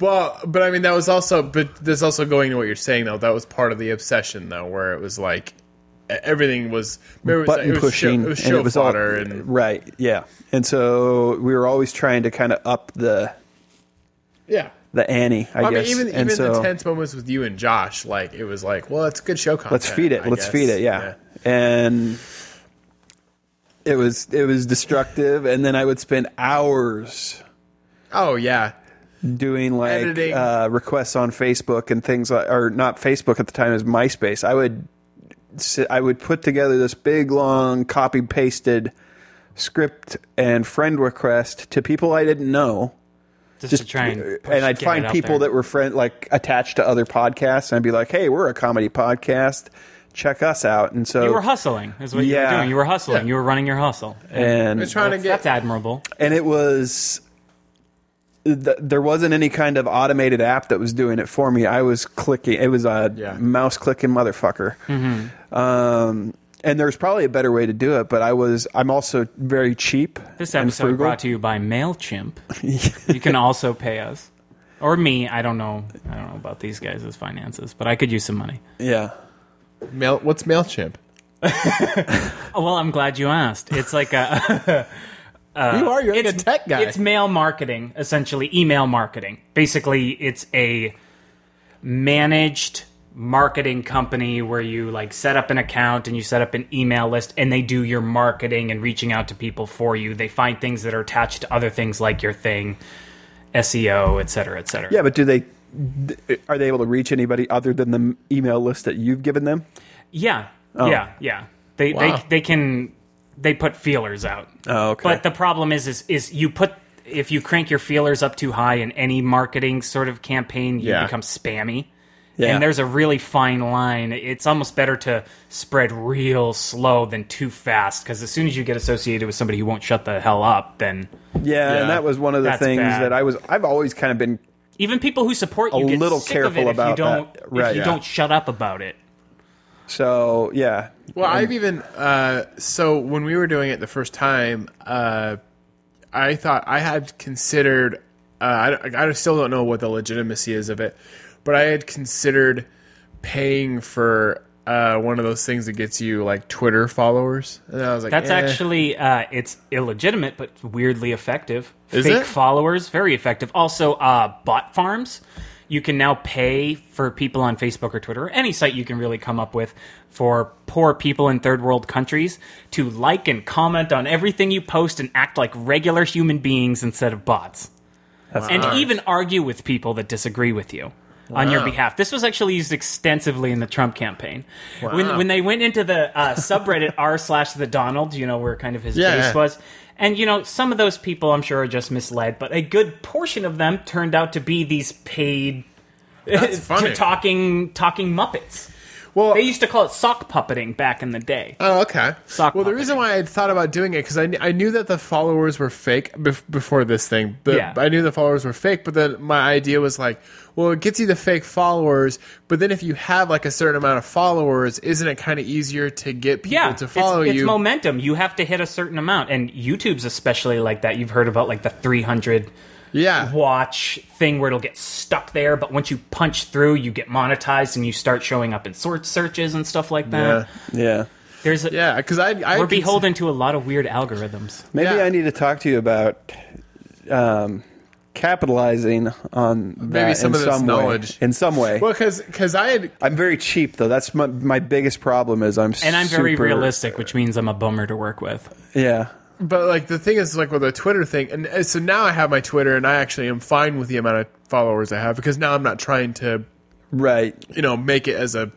Well, but I mean that was also but this also going to what you're saying though, that was part of the obsession though, where it was like e- everything was remember it was-
button
it was
pushing
show, it was
and
show
it was all
fodder and
right, yeah. And so we were always trying to kind of up the,
yeah.
the Annie, I,
I mean,
guess.
even
and
even
so
the tense moments with you and Josh, like it was like, well, it's good show content.
let's feed it.
I
let's
guess.
feed it. Yeah. and it was it was destructive. And then I would spend hours
Oh yeah.
doing like
Editing.
uh, requests on Facebook and things like, or not Facebook at the time is MySpace. I would sit, I would put together this big long copy pasted script and friend request to people I didn't know.
just, to try and push-
Uh, and I'd
get
find
it out
people
there.
that were friend like attached to other podcasts, and I'd be like, "Hey, we're a comedy podcast. Check us out." And so,
you were hustling, is what you
Yeah.
were doing. You were hustling.
Yeah.
You were running your hustle.
and
It's trying to
That's,
get
that's admirable.
and it was th- there wasn't any kind of automated app that was doing it for me. I was clicking. It was a
Yeah.
mouse clicking motherfucker.
Mm-hmm.
Um, and there's probably a better way to do it, but I was. I'm also very cheap.
This
and
episode
frugal.
brought to you by Mailchimp. you can also pay us, or me. I don't know. I don't know about these guys' finances, but I could use some money.
yeah.
mail. What's Mailchimp?
Oh, well, I'm glad you asked. It's like a.
you are. You're like a
it's-
tech guy.
It's mail marketing, essentially email marketing. Basically, it's a managed marketing company where you like set up an account and you set up an email list and they do your marketing and reaching out to people for you. They find things that are attached to other things like your thing, SEO, et cetera, et cetera.
Yeah, but do they? d- Are they able to reach anybody other than the email list that you've given them?
Yeah.
Oh.
Yeah. Yeah. They,
Wow.
they they can they put feelers out.
Oh, okay.
But the problem is is is you put if you crank your feelers up too high in any marketing sort of campaign, you
Yeah.
become spammy.
Yeah.
And there's a really fine line. It's almost better to spread real slow than too fast because as soon as you get associated with somebody who won't shut the hell up, then
Yeah,
Yeah.
and that was one of the
That's
things
bad.
that I was. I've always kind of been.
even people who support you
A
get
little
sick
careful
of it
about
if you don't
that. Right,
if you
yeah.
don't shut up about it.
So yeah,
Well, I've even uh, so when we were doing it the first time, uh, I thought I had considered. Uh, I, don't- I still don't know what the legitimacy is of it, but I had considered paying for uh, one of those things that gets you like Twitter followers, and I was like,
That's
eh.
actually uh, it's illegitimate, but weirdly effective.
Is
Fake
it?
followers, very effective. Also, uh, bot farms. You can now pay for people on Facebook or Twitter, or any site you can really come up with for poor people in third world countries to like and comment on everything you post and act like regular human beings instead of bots. and even argue with people that disagree with you on your
Wow.
behalf. This was actually used extensively in the Trump campaign. When,
Wow.
when they went into the uh, subreddit r slash the Donald, you know, where kind of his
Yeah,
base
yeah.
was. And, you know, some of those people I'm sure are just misled, but a good portion of them turned out to be these paid
funny.
talking talking Muppets.
Well,
They used to call it sock puppeting back in the day.
Oh, okay.
Sock
well, the
puppet.
reason why I thought about doing it because I, kn- I knew that the followers were fake bef- before this thing. The,
Yeah.
I knew the followers were fake, but then my idea was like, well, it gets you the fake followers, but then if you have like a certain amount of followers, isn't it kind of easier to get people
yeah,
to follow
it's,
you?
it's momentum. You have to hit a certain amount, and YouTube's especially like that. You've heard about like the 300
yeah.
watch thing where it'll get stuck there, but once you punch through, you get monetized and you start showing up in sort searches and stuff like
yeah,
that.
Yeah.
There's a,
yeah, because I, I
we're
cons-
beholden to a lot of weird algorithms.
Maybe
Yeah.
I need to talk to you about um, capitalizing on that
some
in
of this
some
knowledge.
way. In some way,
Well, because I had
I'm very cheap though. That's my, my biggest problem is I'm
And I'm very
super-
realistic, which means I'm a bummer to work with.
Yeah,
But like the thing is like with the Twitter thing, and uh, so now I have my Twitter, and I actually am fine with the amount of followers I have because now I'm not trying to
right.
you know make it as a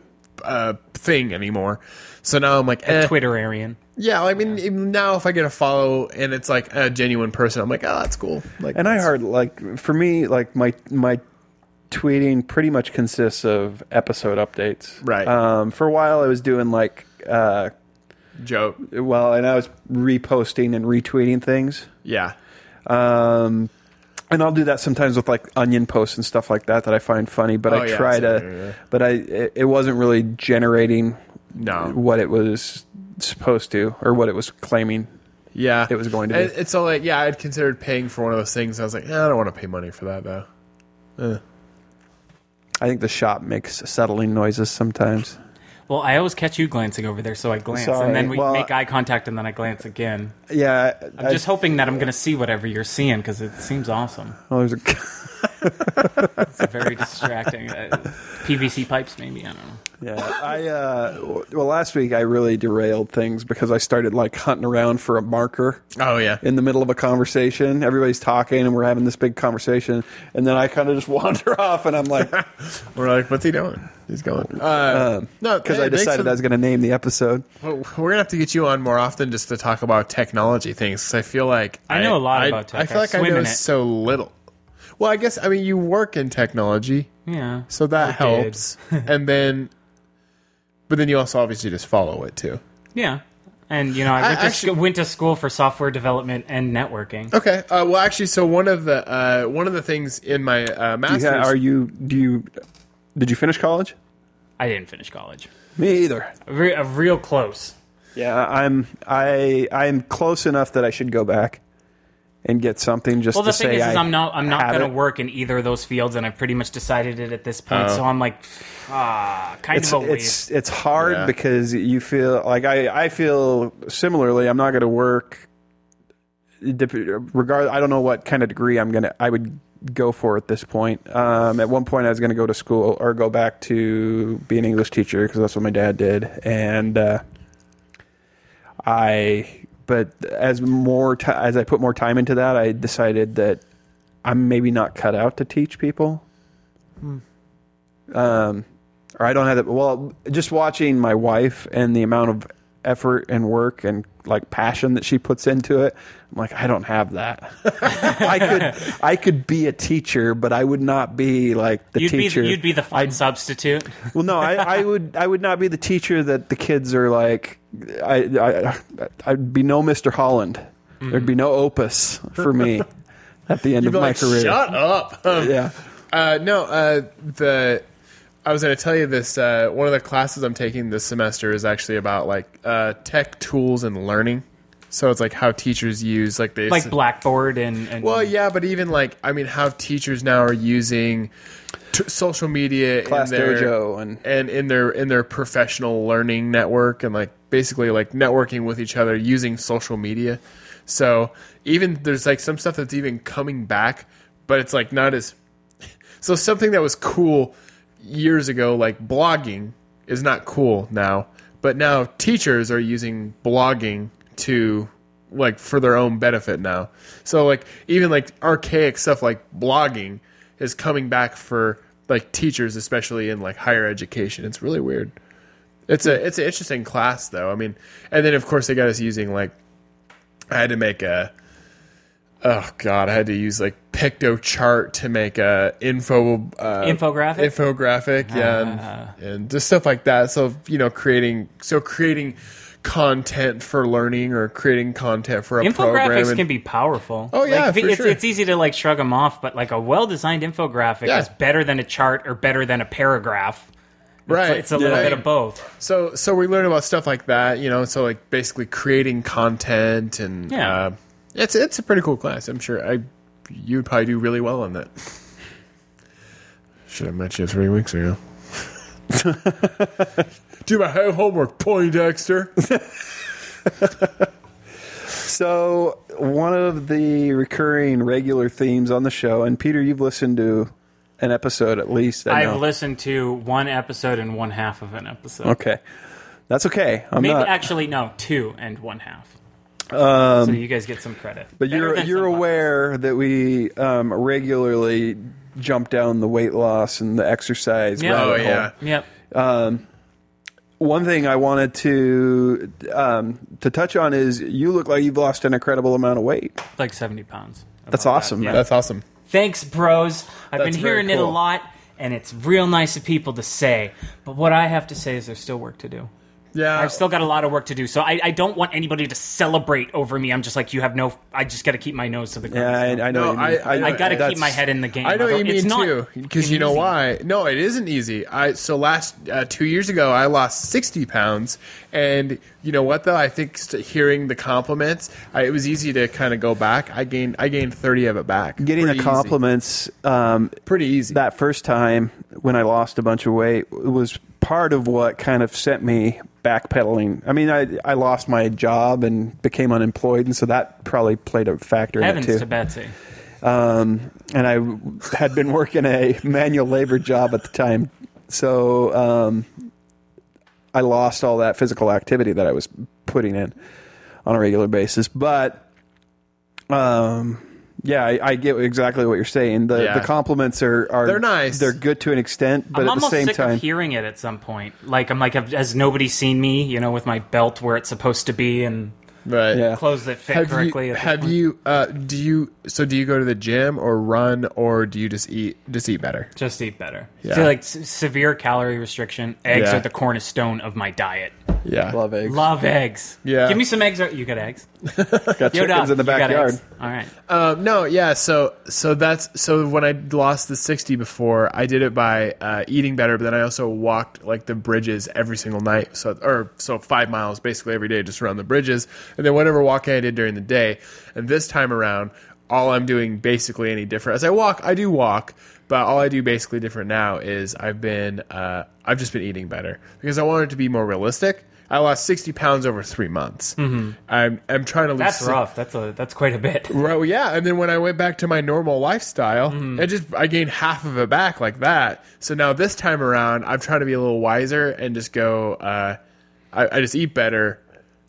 uh, thing anymore. So now I'm like, eh.
Twitterarian.
yeah. I mean, even now if I get a follow and it's like a genuine person, I'm like, oh, that's cool. Like,
And I
that's-
heard like for me like my my tweeting pretty much consists of episode updates.
Right.
Um, for a while I was doing like uh,
joke.
well, and I was reposting and retweeting things.
Yeah,
Um, and I'll do that sometimes with like onion posts and stuff like that that I find funny, but
Oh,
I
yeah,
try
so-
to,
yeah, yeah.
but I it, it wasn't really generating
no,
what it was supposed to or what it was claiming.
yeah,
It was going to be.
And, and so like, yeah, I'd considered paying for one of those things. I was like, eh, I don't want to pay money for that though.
I think the shop makes settling noises sometimes.
Well, I always catch you glancing over there, so I glance,
Sorry.
and then we
Well,
make eye contact, and then I glance again.
Yeah,
I'm just hoping that I'm going to see whatever you're seeing because it seems awesome.
oh, there's a,
It's very distracting. Uh, PVC pipes, maybe I don't know.
yeah. I uh, w- well, last week I really derailed things because I started like hunting around for a marker.
Oh yeah,
in the middle of a conversation. Everybody's talking and we're having this big conversation. And then I kind of just wander off and I'm like,
we're like, what's he doing? He's going. Uh, no,
because
hey,
I
thanks
decided
for-
I was going to name the episode.
Well, we're gonna have to get you on more often just to talk about technology things. 'cause I feel like
I know a lot about tech.
I feel
I
like I
swim
know
in it.
so little. Well, I guess I mean you work in technology,
Yeah.
so that
I did.
helps. and then, but then you also obviously just follow it too.
Yeah. And you know, I, went, to
actually-
sc- went to school for software development and networking.
Okay. Uh, well, actually, so one of the uh, one of the things in my uh, master's,
Yeah, are you, do you, did you finish college?
I didn't finish college.
Me either.
Re- uh, real close.
Yeah, I'm, I, I'm close enough that I should go back and get something just
Well, the
to
thing
say
is, is
I
I'm not I'm not
have
going to
it.
work in either of those fields, and I pretty much decided it at this point. So I'm like, ah, kind
Oh. It's,
of a
it's
waste.
it's hard
Yeah.
because you feel like I, I feel similarly. I'm not going to work. dep- Regard, I don't know what kind of degree I'm gonna I would go for at this point. Um, at one point, I was going to go to school or go back to be an English teacher because that's what my dad did, and uh, I. But as more ti as I put more time into that, I decided that I'm maybe not cut out to teach people. Um, or I don't have that. Well, just watching my wife and the amount of effort and work and like passion that she puts into it, I'm like, I don't have that. I could, I could be a teacher, but I would not be like the
You'd be,
teacher.
the, you'd be the fun substitute.
well, no, I, I would, I would not be the teacher that the kids are like. I, I, I'd be no Mr. Holland. There'd be no Opus for me at the end of
You'd be
my
like,
career.
Shut up. Um,
Yeah.
Uh, no, uh, the I was going to tell you this. Uh, one of the classes I'm taking this semester is actually about like uh, tech tools and learning. So it's like how teachers use like they
like Blackboard and, and
well, yeah, but even like I mean, how teachers now are using t- social media
Class
in their,
Dojo and-
and in their in their professional learning network and like basically like networking with each other using social media. So even there's like some stuff that's even coming back, but it's like not as so something that was cool years ago, like blogging, is not cool now. But now teachers are using blogging to like for their own benefit now. So like even like archaic stuff like blogging is coming back for like teachers, especially in like higher education. It's really weird. It's a it's an interesting class though. I mean, and then of course they got us using like I had to make a oh god, I had to use like PictoChart to make a info uh,
Infographic?
infographic, yeah, and, and just stuff like that. So you know, creating so creating content for learning or creating content for a program.
Infographics
and-
can be powerful.
Oh, yeah,
like,
for
it's,
sure.
it's easy to like shrug them off, but like a well-designed infographic
Yeah.
is better than a chart or better than a paragraph.
right,
It's, it's a little
right.
bit of both.
So so we learn about stuff like that, you know. So like basically creating content and
Yeah.
uh, it's it's a pretty cool class. I'm sure I you'd probably do really well on that. Should have met you three weeks ago. do my ho- homework, Poindexter.
So one of the recurring regular themes on the show, and Peter, you've listened to an episode at least. I know.
I've listened to one episode and one half of an episode.
okay, that's okay. I'm
Maybe
not.
actually no, two and one half. so you guys get some credit.
but
Better
you're
than
you're
some
aware that we um, regularly jump down the weight loss and the exercise.
Yeah.
rabbit
Oh
hole.
yeah,
podcasts. Yep.
One thing I wanted to um, to touch on is you look like you've lost an incredible amount of weight.
Like seventy pounds.
That's
About that,
awesome,
yeah.
man.
that's awesome.
Thanks, bros. I've
That's
been
very
hearing it a
cool.
lot, and it's real nice of people to say. But what I have to say is there's still work to do.
Yeah,
I've still got a lot of work to do, so I, I don't want anybody to celebrate over me. I'm just like, you have no. I just got to keep my nose to the ground.
Yeah, I, I know.
No,
what you mean.
I- I-
I got to
that's-
keep my head in the game.
I know what you
Although it's
mean
not
too, because you know
easy.
why? No, it isn't easy. I so last uh, two years ago, I lost sixty pounds, and you know what though? I think st- hearing the compliments, I, it was easy to kind of go back. I gained I gained thirty of it back.
Getting
Pretty
the compliments um,
easy. pretty easy.
that first time when I lost a bunch of weight was part of what kind of sent me backpedaling. I mean, I I lost my job and became unemployed, and so that probably played a factor in
Heavens
it
to
too.
Betsy.
Um, and I had been working a manual labor job at the time, so um, I lost all that physical activity that I was putting in on a regular basis. But um, yeah, I, I get exactly what you're saying. The
Yeah.
the compliments are, are
They're nice.
They're good to an extent, but
I'm
at the
almost
same
sick
time,
of hearing it at some point. Like I'm like, have- has nobody seen me? You know, with my belt where it's supposed to be and
right?
yeah.
clothes that fit
Have
correctly.
you
at this
have
point.
you uh, do you so do you go to the gym or run or do you just eat just eat better?
just eat better?
Yeah.
I feel like s- severe calorie restriction. Eggs
Yeah.
are the cornerstone of my diet.
Yeah,
love eggs.
Love eggs.
Yeah.
Give me some eggs. Or, you got eggs?
Got
Yo,
chickens
Doc,
in the
you got
backyard.
eggs? All right.
Um, no, yeah. So, so that's so when I lost the sixty before, I did it by uh, eating better, but then I also walked like the bridges every single night. So, or so five miles basically every day, just around the bridges, and then whatever walking I did during the day. And this time around, all I'm doing basically any different. As I walk, I do walk, but all I do basically different now is I've been uh, I've just been eating better because I wanted to be more realistic. I lost sixty pounds over three months. I'm I'm trying to lose.
That's
si-
rough. That's a that's quite a bit.
Right, well, yeah, and then when I went back to my normal lifestyle,
Mm-hmm.
I just I gained half of it back like that. So now this time around, I'm trying to be a little wiser and just go. Uh, I, I just eat better.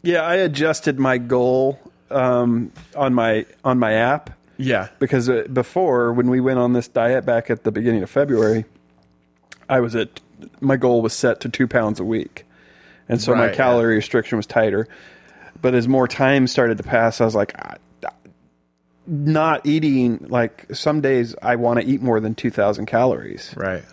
Yeah, I adjusted my goal um, on my on my app.
Yeah,
because uh, before when we went on this diet back at the beginning of February, I was at my goal was set to two pounds a week, and so
Right,
my
yeah.
calorie restriction was tighter. But as more time started to pass, I was like, "Ah, ah." not eating like some days I want to eat more than two thousand calories.
right.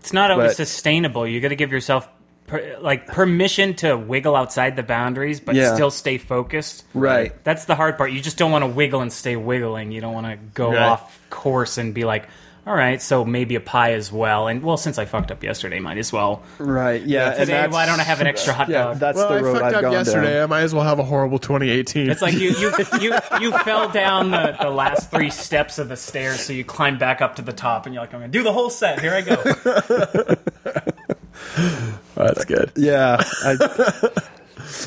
It's not always
But-
sustainable. You got to give yourself per, like permission to wiggle outside the boundaries, but
Yeah.
still stay focused.
Right.
That's the hard part. You just don't want to wiggle and stay wiggling. You don't want to go
Right.
off course and be like, all right, so maybe a pie as well. And well, since I fucked up yesterday, might as well.
Right. Yeah. and
Today,
that's-
why don't I have an extra hot
Yeah,
dog?
that's
Well, I
the road
fucked
I've
up
gone
yesterday.
down.
I might as well have a horrible 2018.
It's like you you you you fell down the, the last three steps of the stairs, so you climb back up to the top, and you're like, I'm gonna do the whole set. Here I go.
Oh, that's good.
Yeah. I,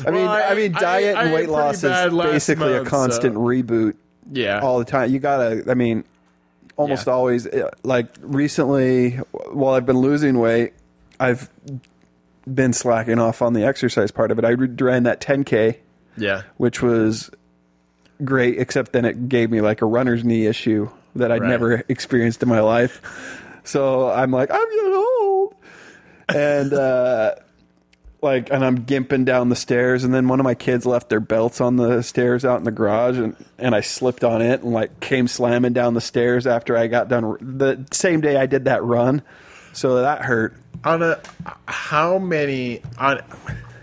I mean,
Well, I-
I, mean,
I-
diet
I
and
ate
weight
pretty
loss is
bad last
basically
month,
a
so-
constant reboot.
Yeah.
all the time. You gotta, I mean, almost
Yeah.
always. uh, Like recently, while I've been losing weight, I've been slacking off on the exercise part of it. I ran that 10k,
yeah.
which was great, except then it gave me like a runner's knee issue that I'd
Right.
never experienced in my life. So I'm like, I'm getting old, and uh, like, and I'm gimping down the stairs, and then one of my kids left their belts on the stairs out in the garage, and, and I slipped on it and like came slamming down the stairs after I got done. r- The same day I did that run, so that hurt.
on a how many on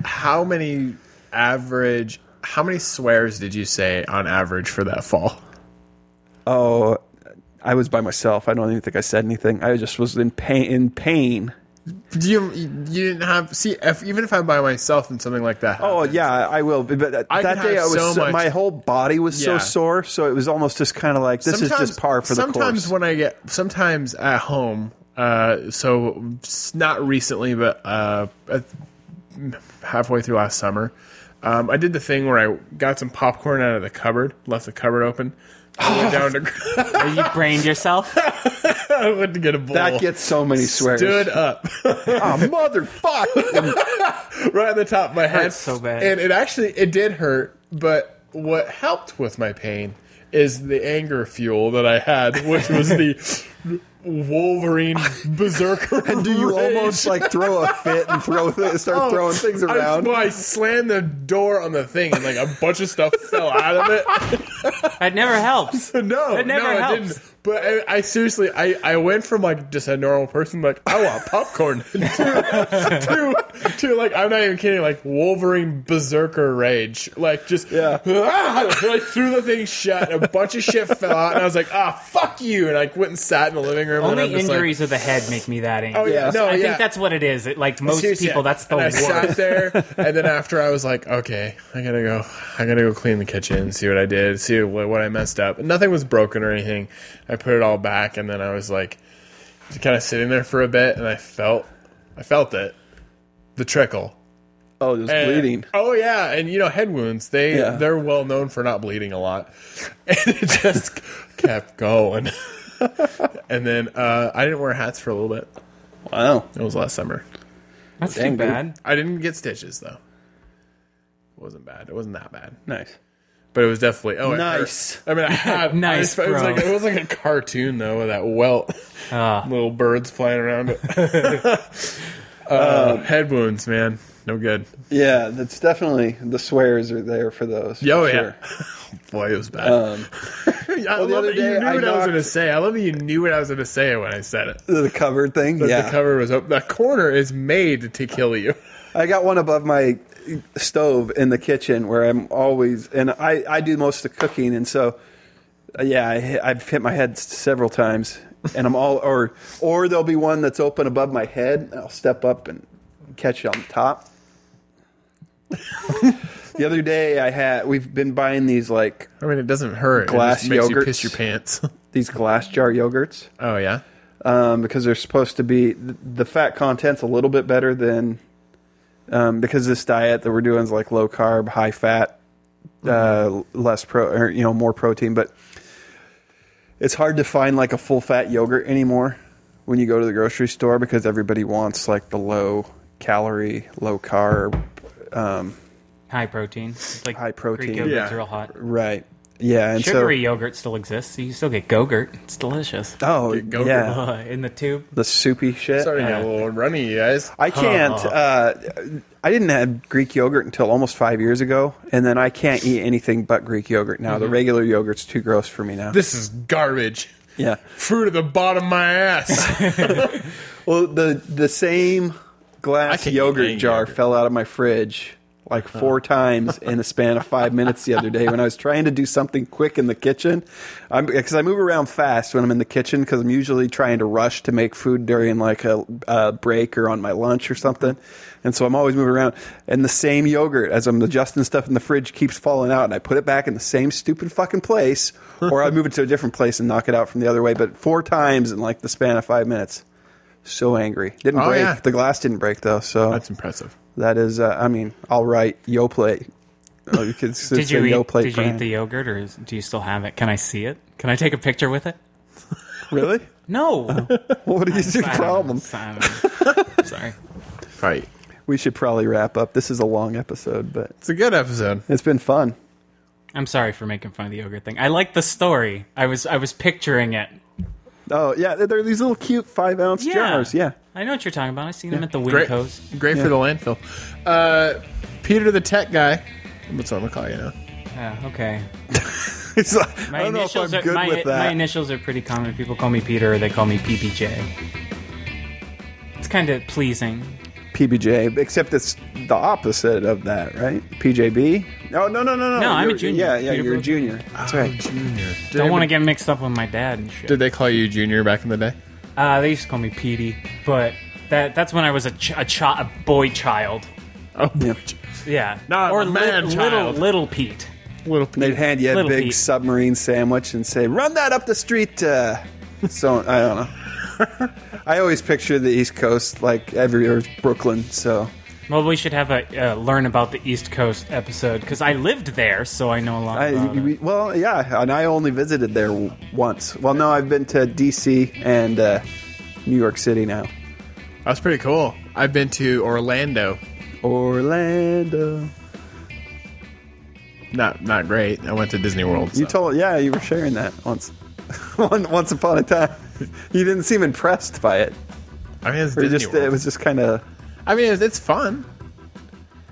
how many average how many swears did you say on average for that fall?
Oh, I was by myself. I don't even think I said anything. I just was in pain. In pain.
Do you you didn't have see if, even if I'm by myself and something like that?
Oh
happens,
yeah, I will. But that,
I
that
can
day I
have
was
so
so-
much-
my whole body was so
Yeah.
sore, so it was almost just kind of like this is just par for the course.
sometimes when I get sometimes at home, uh, so s- not recently, but uh, at- halfway through last summer, um, I did the thing where I got some popcorn out of the cupboard, left the cupboard open, I went down to
You brained yourself.
I went to get a bowl.
that gets so many swears.
stood up
Oh, motherfuck!
right on the top of my head.
Hurts so bad.
and it actually it did hurt. But what helped with my pain is the anger fuel that I had, which was the Wolverine berserker.
and do you
rage. Oh,
almost like throw a fit and throw th- start throwing things around?
I, well, I slammed the door on the thing, and like a bunch of stuff fell out of it.
That never helps.
No,
It never
no,
helps.
it didn't. But I, I seriously, I, I went from like just a normal person, like I want popcorn, to, to to like I'm not even kidding, like Wolverine berserker rage, like just
Yeah.
"Ah!" like threw the thing shut, and a bunch of shit fell out, and I was like, ah, fuck you, and I went and sat in the living room. and I'm
Only
just like-
injuries of the head make me that angry.
Oh, yeah. No,
I
yeah.
think that's what it is. It, like most
Seriously,
people, that's the
and
worst.
I sat there, and then after I was like, okay, I gotta go. I gotta go clean the kitchen, see what I did, see what, what I messed up. Nothing was broken or anything. I put it all back, and then I was like, just kind of sitting there for a bit, and I felt, I felt it, the trickle,
oh, it was
And-
bleeding.
Oh yeah, and you know head wounds, they
Yeah.
they're well known for not bleeding a lot, and it just kept going. and then uh, I didn't wear hats for a little bit.
Wow.
It was last summer.
That's
Dang,
too
dude.
bad.
I didn't get stitches though. It wasn't bad. It wasn't that bad.
Nice.
But it was definitely oh it hurt.
Nice.
I mean, I had
Nice,
I, it was
bro.
like it was like a cartoon though with that welt,
Ah.
little birds flying around it.
Um,
uh, head wounds, man, no good.
Yeah, that's definitely the swears are there for those. for
Oh
sure. Um,
yeah, boy, it was bad. I love
the other
that you
day
knew what
I
I was
knocked-
going to say. I love that you knew what I was going to say when I said it.
The covered thing. yeah.
The cover was open. The corner is made to kill you.
I got one above my stove in the kitchen where I'm always, and I, I do most of the cooking, and so uh, yeah, I, hit- I've hit my head s- several times, and I'm all or or there'll be one that's open above my head, and I'll step up and catch it on the top. the other day, I had we've been buying these like
I mean, it doesn't hurt.
Glass
it just makes you
yogurts.
piss your pants.
these glass jar yogurts
oh yeah.
um, because they're supposed to be th- the fat content's a little bit better than um, because this diet that we're doing is like low carb, high fat, uh, less pro or you know more protein, but it's hard to find like a full fat yogurt anymore when you go to the grocery store because everybody wants like the low calorie, low carb.
High protein. It's Like
High protein.
Greek yogurt's
Yeah.
real hot.
Right. Yeah, and
Sugary yogurt still exists. You still get Go-Gurt. It's delicious.
so oh
go-
yeah,
Uh, in the tube.
the soupy shit.
Starting to get a little runny, you guys.
I can't.
Huh.
Uh, I didn't have Greek yogurt until almost five years ago, and then I can't eat anything but Greek yogurt now. The regular yogurt's too gross for me now.
This is garbage.
yeah.
Fruit of the bottom of my ass.
Well, the the same glass
can eat any
yogurt jar
yogurt.
fell out of my fridge like four times in a span of five minutes the other day when I was trying to do something quick in the kitchen. Because I move around fast when I'm in the kitchen because I'm usually trying to rush to make food during like a, a break or on my lunch or something. And so I'm always moving around. And the same yogurt as I'm adjusting stuff in the fridge keeps falling out, and I put it back in the same stupid fucking place, or I move it to a different place and knock it out from the other way. But four times in like the span of five minutes. So angry. Didn't
Oh,
break.
yeah.
The glass didn't break though. So
That's impressive.
that is. Uh, I mean, all right. Yo plate. Oh, you could
Did you,
yo
eat,
plate
did you eat the yogurt or is, do you still have it? Can I see it? Can I take a picture with it?
really?
No.
What is your
Simon,
problem?
Simon. Sorry.
Right.
We should probably wrap up. This is a long episode, but
It's a good episode.
it's been fun.
I'm sorry for making fun of the yogurt thing. I like the story. I was I was picturing it.
Oh yeah, they're these little cute five ounce
Yeah.
jars. Yeah.
I know what you're talking about. I seen them at the
Great,
Winco's.
great for the landfill. Uh, Peter the tech guy. That's what I'm gonna call you now.
Yeah, okay.
It's like,
My
I don't know if I'm
initials are
good
my,
with
my
that.
initials are pretty common. People call me Peter or they call me PPJ. It's kind of pleasing.
PBJ, except it's the opposite of that, right? PJB. Oh, No, no, no, no, no.
No, I'm a
You're-
junior.
Yeah, yeah,
Peter
you're a
Blue.
junior. That's right.
Junior. Did
Don't want to
everybody-
get mixed up with my dad and shit.
Did they call you Junior back in the day?
Uh, they used to call me Petey, but that that's when I was a ch- a, chi- a boy child.
Oh,
Yeah.
Yeah,
Not
or
a man
little
child.
little Pete.
little
They'd hand you a
Little
big
Pete.
submarine sandwich and say, "Run that up the street." Uh, so I don't know. I always picture the East Coast like every or Brooklyn. So
Well, we should have a uh, learn about the East Coast episode because I lived there, so I know a lot.
I,
about it.
we- well, yeah, and I only visited there w- once. Well, no, I've been to D.C. and uh, New York City now.
That's pretty cool. I've been to Orlando.
Orlando.
Not not great. I went to Disney World.
You
so.
told, yeah, you were sharing that once. One- once upon a time, you didn't seem impressed by it.
I mean, it's
Or
Disney
just uh,
World.
it was just kind of.
I mean, it's, it's fun.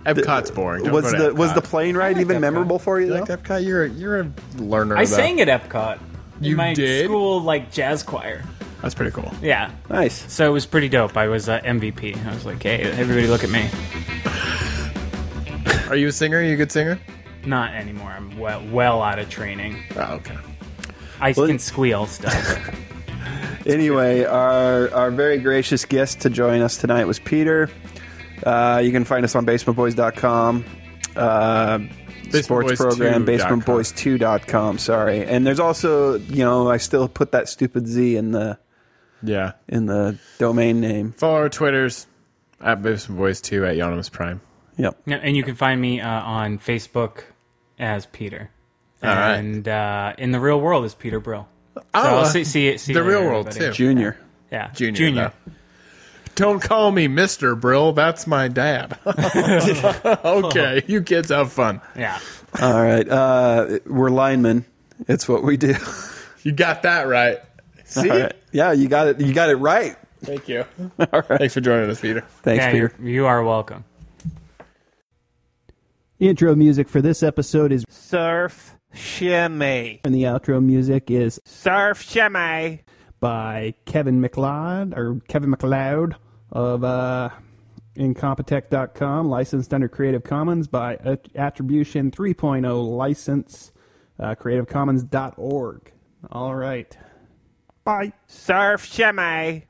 Epcot's boring. Don't
Was
go to
the was
Epcot.
the plane ride even
Epcot.
memorable for you
You
though?
like Epcot? You're a, you're a learner.
I
though.
sang at Epcot.
You
in my
did?
school like jazz choir.
That's pretty cool.
Yeah,
Nice.
so it was pretty dope. I was uh, MVP. I was like, hey, everybody, look at me.
Are you a singer? Are you a good singer?
Not anymore. I'm well, well out of training.
Oh, okay.
I
Well,
can squeal stuff.
Anyway, our our very gracious guest to join us tonight was Peter. Uh, you can find us on basementboys.com. Uh, sports
Boys
program
2 dot com.
basementboys2.com sorry and there's also you know i still put that stupid z in the
Yeah.
in the domain name
Follow our Twitters at Babes and Boys Two at Yonimus Prime.
yep
No, and you can find me uh, on Facebook as Peter.
All right. Oh, uh,
and uh, in the real world is Peter Brill. So I'll Oh, see, see, see
the
you later,
real world
everybody.
too.
junior
Yeah,
Junior,
junior.
Don't call me Mister Brill. That's my dad. okay, you kids have fun.
Yeah,
all right uh, we're linemen it's what we do
You got that right. See?
all right. yeah you got it you got it right
Thank you. Thanks for joining us, Peter.
thanks
yeah.
peter
You're, you are welcome.
Intro music for this episode is,
Surf Shimmy.
and the outro music is
Surf Shimmy.
by Kevin McLeod or Kevin McLeod of uh, Incompetech.com, licensed under Creative Commons by At- Attribution 3.0 license, uh, CreativeCommons.org. All right. Bye.
Surf Shimmy.